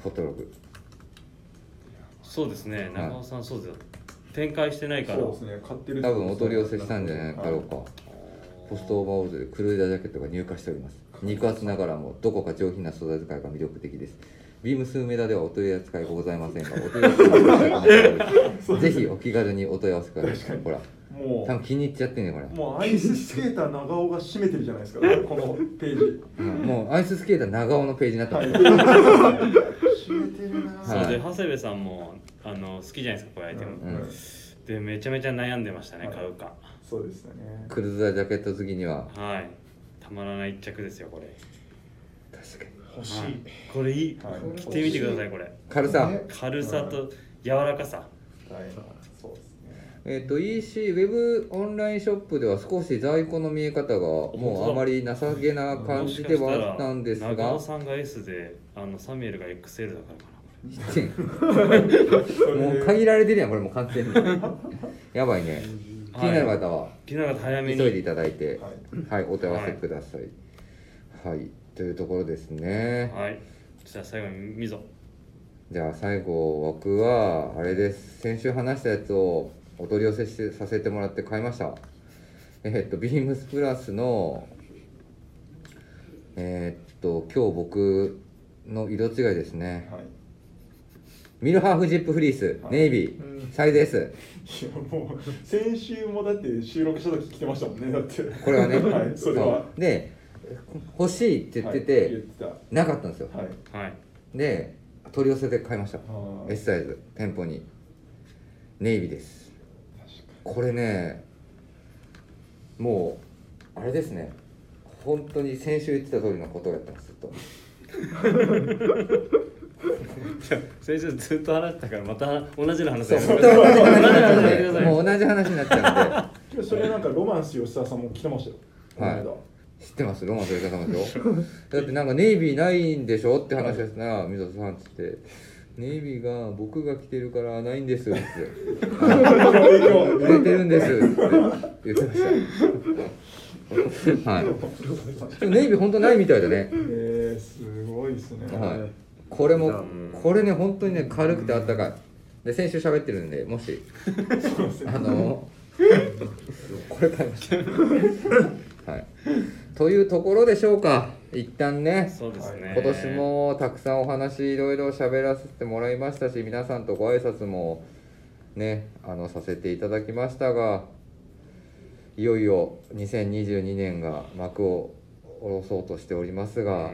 [SPEAKER 3] ホットログ
[SPEAKER 4] そうですね
[SPEAKER 3] い
[SPEAKER 4] 長尾さんそうですよ展開してないから
[SPEAKER 6] そうですね買ってる
[SPEAKER 3] 多分お取り寄せしたんじゃないかろうかポストオーバーオールズでクルーザージャケットが入荷しております肉厚ながらもどこか上品な素材使いが魅力的ですビームス梅田ではお取り扱いがございませんがお取り扱いがございませんぜひお気軽にお問い合わせくださいほら
[SPEAKER 6] も
[SPEAKER 3] 多分気に入っちゃってんねこれ
[SPEAKER 6] う、もうアイススケーター長尾が締めてるじゃないですか、このページ。
[SPEAKER 3] うんもうアイススケーター長尾のページになって
[SPEAKER 6] はい
[SPEAKER 3] る、
[SPEAKER 6] 締めてるな
[SPEAKER 3] はい
[SPEAKER 4] そうで長谷部さんもあの好きじゃないですかこういうアイテム、
[SPEAKER 3] うん
[SPEAKER 4] でめちゃめちゃ悩んでましたね、
[SPEAKER 6] はい
[SPEAKER 4] 買うか
[SPEAKER 6] そうですよね。
[SPEAKER 3] クルーザージャケット好きには
[SPEAKER 4] はいたまらない一着ですよこれ
[SPEAKER 3] 確かに
[SPEAKER 5] 欲しい、
[SPEAKER 4] はいこれいい、
[SPEAKER 6] はい
[SPEAKER 4] 着てみてくださいこれ
[SPEAKER 3] 軽さ、
[SPEAKER 5] ね
[SPEAKER 4] 軽さと柔らかさ
[SPEAKER 6] はい、そうですね。
[SPEAKER 3] えっと EC ウェブオンラインショップでは少し在庫の見え方がもうあまり情けな感じではあったんです
[SPEAKER 4] もしかしたら長
[SPEAKER 3] が
[SPEAKER 4] 尾さんが S であのサミュエルが XL だからか
[SPEAKER 3] もう限られてるやんこれもう完全 にやばいね
[SPEAKER 4] な
[SPEAKER 3] 気になる
[SPEAKER 4] はい、
[SPEAKER 3] 方は
[SPEAKER 4] 気になる方早
[SPEAKER 3] 急
[SPEAKER 4] め
[SPEAKER 3] い
[SPEAKER 4] に
[SPEAKER 3] でいただいて
[SPEAKER 6] はい
[SPEAKER 3] はいお問い合わせくださいはい、というところですね
[SPEAKER 4] はいじゃあ最後にみぞ
[SPEAKER 3] じゃあ最後僕はあれです先週話したやつをお取り寄せしてさせてもらって買いましたえっとビームスプラスのえっと今日僕の色違いですね
[SPEAKER 6] はい。
[SPEAKER 3] ミルハーフジップフリースネイビーサイズ S
[SPEAKER 6] いやもう先週もだって収録した時来てましたもんねだって
[SPEAKER 3] これはね、
[SPEAKER 6] はいそれは
[SPEAKER 3] うで欲しいって言ってて、
[SPEAKER 6] はい言ってたは
[SPEAKER 3] なかったんですよ、
[SPEAKER 6] い
[SPEAKER 4] はい
[SPEAKER 3] で取り寄せて買いました
[SPEAKER 6] あー
[SPEAKER 3] S サイズ店舗にネイビーですこれねもうあれですね本当に先週言ってた通りのことをやったんですずっと
[SPEAKER 4] 先週ずっと話したからまた同じの話だよ
[SPEAKER 3] そう同じ話になっちゃうんで
[SPEAKER 4] 同じの話してください
[SPEAKER 3] もう同じ話になっちゃうん
[SPEAKER 6] 今日それなんかロマンス吉沢さんも来てましたよ
[SPEAKER 3] はい
[SPEAKER 6] この
[SPEAKER 3] で知ってますロマンという方もですよだ ってなんかネイビーないんでしょって話をしたら水戸さんっつって「ネイビーが僕が着てるからないんです」って
[SPEAKER 6] 間 影 響
[SPEAKER 3] 売れてるんですって言ってま した。はい。でもネイビー本当ないみたいだね。
[SPEAKER 6] えー、すごいですね
[SPEAKER 3] はい。これもこれね本当にね軽くてあったかい。で先週喋ってるんでもしあのこれ買いました。はい。というところでしょうか。一旦ね。
[SPEAKER 4] そうですね
[SPEAKER 3] 今年もたくさんお話いろいろ喋らせてもらいましたし皆さんとご挨拶もねあのさせていただきましたがいよいよ2022年が幕を下ろそうとしておりますが、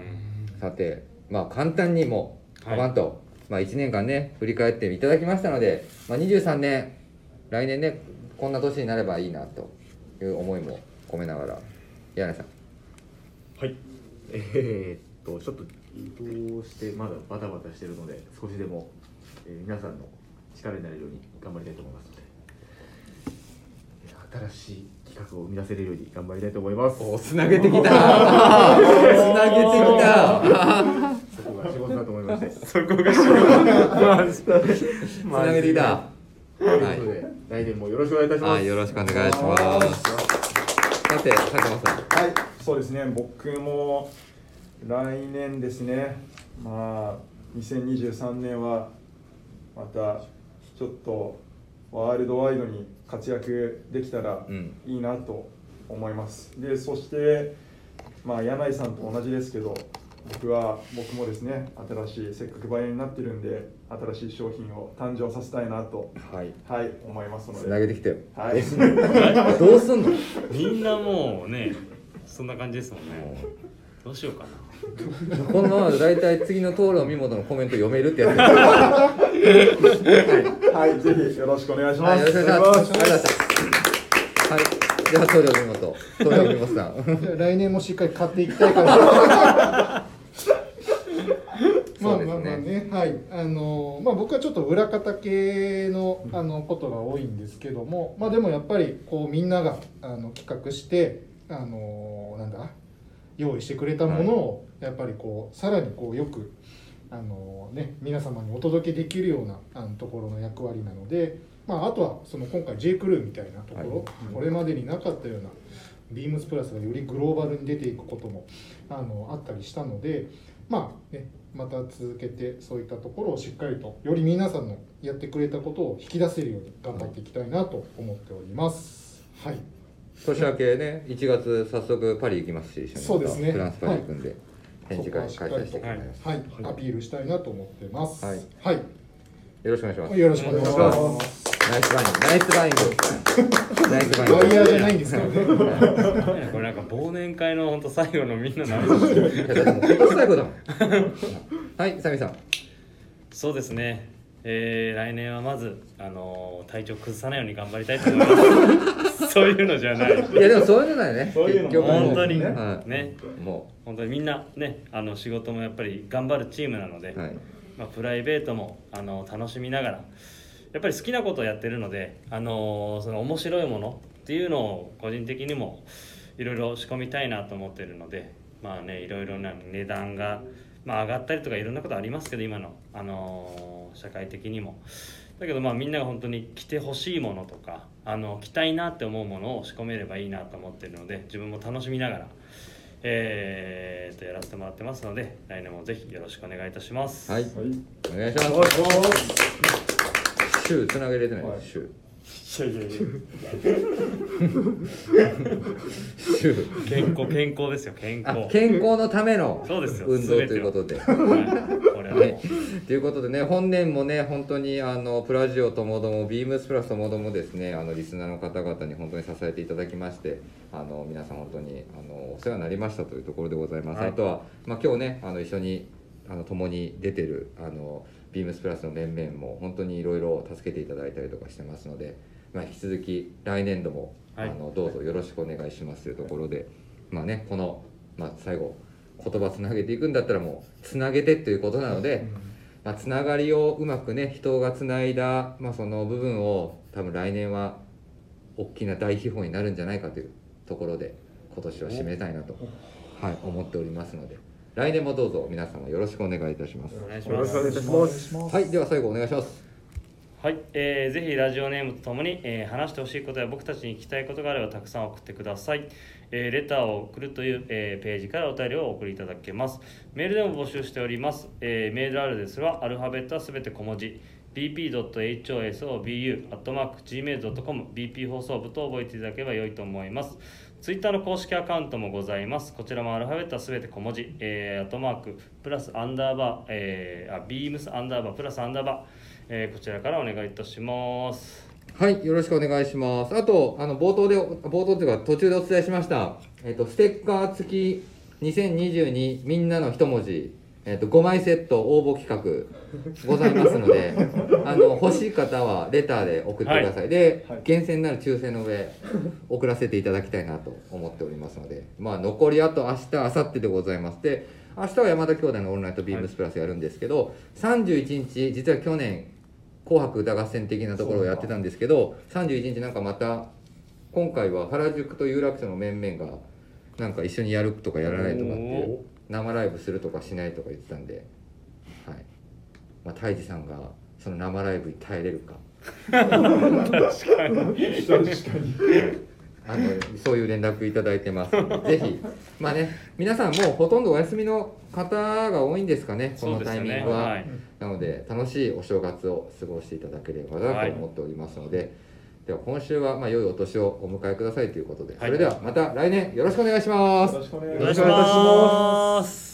[SPEAKER 3] さてまあ簡単にも
[SPEAKER 4] は
[SPEAKER 3] カ
[SPEAKER 4] い
[SPEAKER 3] バンと、まあ、1年間ね振り返っていただきましたので、まあ、23年来年ねこんな年になればいいなという思いも込めながら柳井 さん
[SPEAKER 8] はい。えーっと、ちょっと移動して、まだバタバタしてるので、少しでも、えー皆さんの力になれるように頑張りたいと思いますので、えー新しい企画を生み出せれるように頑張りたいと思います。
[SPEAKER 3] おつなげてきたつなげてきた
[SPEAKER 8] そこが仕事だと思いまして。
[SPEAKER 4] そこが仕事
[SPEAKER 3] つなげてきた。
[SPEAKER 8] ということで、来年もよろしくお願いいたします。
[SPEAKER 3] はい、よろしくお願いします。さて、佐久間さん。
[SPEAKER 6] はい、そうですね、僕も来年ですね、まあ、2023年はまたちょっとワールドワイドに活躍できたら
[SPEAKER 3] うん
[SPEAKER 6] いいなと思います。で、そして、まあ、柳井さんと同じですけど、僕は僕もですね、新しい、せっかくバイヤーになってるんで、新しい商品を誕生させたいなと、
[SPEAKER 3] はい。
[SPEAKER 6] はい、思いますの
[SPEAKER 3] つ
[SPEAKER 6] で。
[SPEAKER 3] なげてきたよ。
[SPEAKER 6] はい、
[SPEAKER 3] どうすんの。も
[SPEAKER 4] みんなもうねそんな感じですもんねどうしようかな
[SPEAKER 3] うこのままだいたい次の討論見事のコメント読めるって やつ。は
[SPEAKER 6] はい、ぜひよろしくお願いしま
[SPEAKER 3] い、よろし
[SPEAKER 6] す。
[SPEAKER 3] くお願いします。ありがとうございました。はい。じゃあ、棟梁見事。棟梁見事さん。
[SPEAKER 5] じゃあ来年もしっかり買っていきたいからま
[SPEAKER 3] そ
[SPEAKER 5] あ
[SPEAKER 3] うですね
[SPEAKER 5] まあまあね、はい、あのまあ僕はちょっと裏方系のあのことが多いんですけども、まあでもやっぱりこうみんながあの企画してあのなんだ用意してくれたものをやっぱりこうさらにこうよくあのね皆様にお届けできるようなあのところの役割なので、まああとはその今回 J クルーみたいなところ、これまでになかったような。ビームスプラスがよりグローバルに出ていくこともあのあったりしたので、まあね、また続けてそういったところをしっかりとより皆さんのやってくれたことを引き出せるように頑張っていきたいなと思っております。はい、
[SPEAKER 3] 年明けね、1月早速パリ行きますし、一緒に。
[SPEAKER 5] そうですね
[SPEAKER 3] フランスパリ行くんで。展示会
[SPEAKER 5] そこ
[SPEAKER 3] 開催
[SPEAKER 5] はし
[SPEAKER 3] し
[SPEAKER 5] っか
[SPEAKER 3] て
[SPEAKER 5] り
[SPEAKER 3] い
[SPEAKER 5] と
[SPEAKER 3] き
[SPEAKER 5] は
[SPEAKER 3] た
[SPEAKER 5] い
[SPEAKER 3] います。
[SPEAKER 5] アピールしたいなと思ってます。
[SPEAKER 3] はい
[SPEAKER 5] はい、
[SPEAKER 3] よろしくお願いします。
[SPEAKER 5] よろしくお願いします。
[SPEAKER 3] ナイスバインドナイスバインドナイスバインド
[SPEAKER 5] ワイヤーじ ゃないんですからね。
[SPEAKER 4] これなんか忘年会の本当最後のみんなの話
[SPEAKER 3] いやだってもう結婚最後だもんはいサミさん
[SPEAKER 4] そうですね、えー、来年はまず、あのー体調崩さないように頑張りたいと思います。そういうのじゃない。
[SPEAKER 3] いやでもそういうのだよね
[SPEAKER 6] そういうの
[SPEAKER 3] 結局もう
[SPEAKER 4] 本当に
[SPEAKER 3] は
[SPEAKER 4] ね、
[SPEAKER 3] い、も
[SPEAKER 4] 本当にみんなね、あの仕事もやっぱり頑張るチームなので、
[SPEAKER 3] うはい
[SPEAKER 4] まあ、プライベートもあの楽しみながらやっぱり好きなことをやってるので、あのーその面白いものっていうのを個人的にもいろいろ仕込みたいなと思ってるのでまあねいろいろな値段が、まあ、上がったりとかいろんなことありますけど今の、あのー社会的にも。だけどまあみんなが本当に着てほしいものとかあの着たいなって思うものを仕込めればいいなと思ってるので自分も楽しみながら、えー、とやらせてもらってますので来年もぜひよろしくお願いいたします。
[SPEAKER 6] 어,
[SPEAKER 3] はい
[SPEAKER 6] い
[SPEAKER 3] お願いしますシューつなげれてない
[SPEAKER 6] はい
[SPEAKER 3] シュー
[SPEAKER 4] いやいやいや
[SPEAKER 3] シュー
[SPEAKER 4] 健康健康ですよ健
[SPEAKER 3] あ
[SPEAKER 4] 康
[SPEAKER 3] 健康のための
[SPEAKER 4] そうですよ
[SPEAKER 3] 運動ということで
[SPEAKER 4] はいこれはもう、
[SPEAKER 3] はいということでね、本年もね、本当にあのプラジオともども、ビームスプラスともどもですね、あのリスナーの方々に本当に支えていただきまして、あの皆さん本当にあのお世話になりましたというところでございます。
[SPEAKER 4] はい
[SPEAKER 3] あとは、まあ、今日ね、あの一緒にあの共に出てるあのビームスプラスの面々も本当にいろいろ助けていただいたりとかしてますので、まあ、引き続き来年度も、
[SPEAKER 4] はい
[SPEAKER 3] あのどうぞよろしくお願いしますというところで、まあね、この、まあ、最後言葉つなげていくんだったらもうつなげてということなので、まあ、つながりをうまくね人がつないだ、まあ、その部分を多分来年は大きな大秘宝になるんじゃないかというところで今年は締めたいなと、はい、思っておりますので来年もどうぞ皆様よろしくお願いいたします。
[SPEAKER 4] お願いし
[SPEAKER 9] よ
[SPEAKER 4] ま
[SPEAKER 9] ろしくお願いい
[SPEAKER 4] す
[SPEAKER 9] たします。
[SPEAKER 3] はい、では最後お願いします。
[SPEAKER 4] はい、えー、ぜひラジオネームとともに、えー話してほしいことや僕たちに聞きたいことがあればたくさん送ってください、えーレターを送るという、えーページからお便りをお送りいただけますメールでも募集しております、えーメールアドレスはアルファベットはすべて小文字 bp.hosobu.gmail.com bp 放送部と覚えていただければ良いと思いますツイッターの公式アカウントもございます。こちらもアルファベットはすべて小文字、えー、アットマーク、プラスアンダーバー、えー、あ、ビームスアンダーバー、プラスアンダーバー、えー、こちらからお願いいたします。
[SPEAKER 3] はい、よろしくお願いします。あと、あの冒頭で、冒頭というか途中でお伝えしました、えっ、と、ステッカー付き2022みんなの一文字、えっ、と、5枚セット応募企画ございますの で、あの、欲しい方はレターで送ってください。で、厳選なる抽選の上、送らせていただきたいなと思っておりますので、まあ、残りあと明日、明後日でございます。で、明日は山田兄弟のオンライトビームスプラスやるんですけど、31日、実は去年、紅白歌合戦的なところをやってたんですけど31日なんかまた今回は原宿と有楽町の面々がなんか一緒にやるとかやらないとかってい
[SPEAKER 4] お
[SPEAKER 3] う生ライブするとかしないとか言ってたんで、はいまあ、泰治さんがその生ライブに耐えれるか
[SPEAKER 4] 確かに。
[SPEAKER 6] 確かに
[SPEAKER 3] あのそういう連絡いただいてますの でぜひまあね皆さんもうほとんどお休みの方が多いんですかねこ
[SPEAKER 4] そう
[SPEAKER 3] の
[SPEAKER 4] です
[SPEAKER 3] タイ
[SPEAKER 4] よ
[SPEAKER 3] ミン
[SPEAKER 4] ね。
[SPEAKER 3] グは。
[SPEAKER 4] はい。
[SPEAKER 3] なので楽しいお正月を過ごしていただければなと思っておりますので、では今週はまあ良いお年をお迎えくださいということで、
[SPEAKER 4] はい
[SPEAKER 6] 아,
[SPEAKER 3] それではまた来年よろしくお願いします
[SPEAKER 6] よ。ろしくお願いし
[SPEAKER 4] お
[SPEAKER 6] ま
[SPEAKER 4] 願い
[SPEAKER 6] す
[SPEAKER 4] します。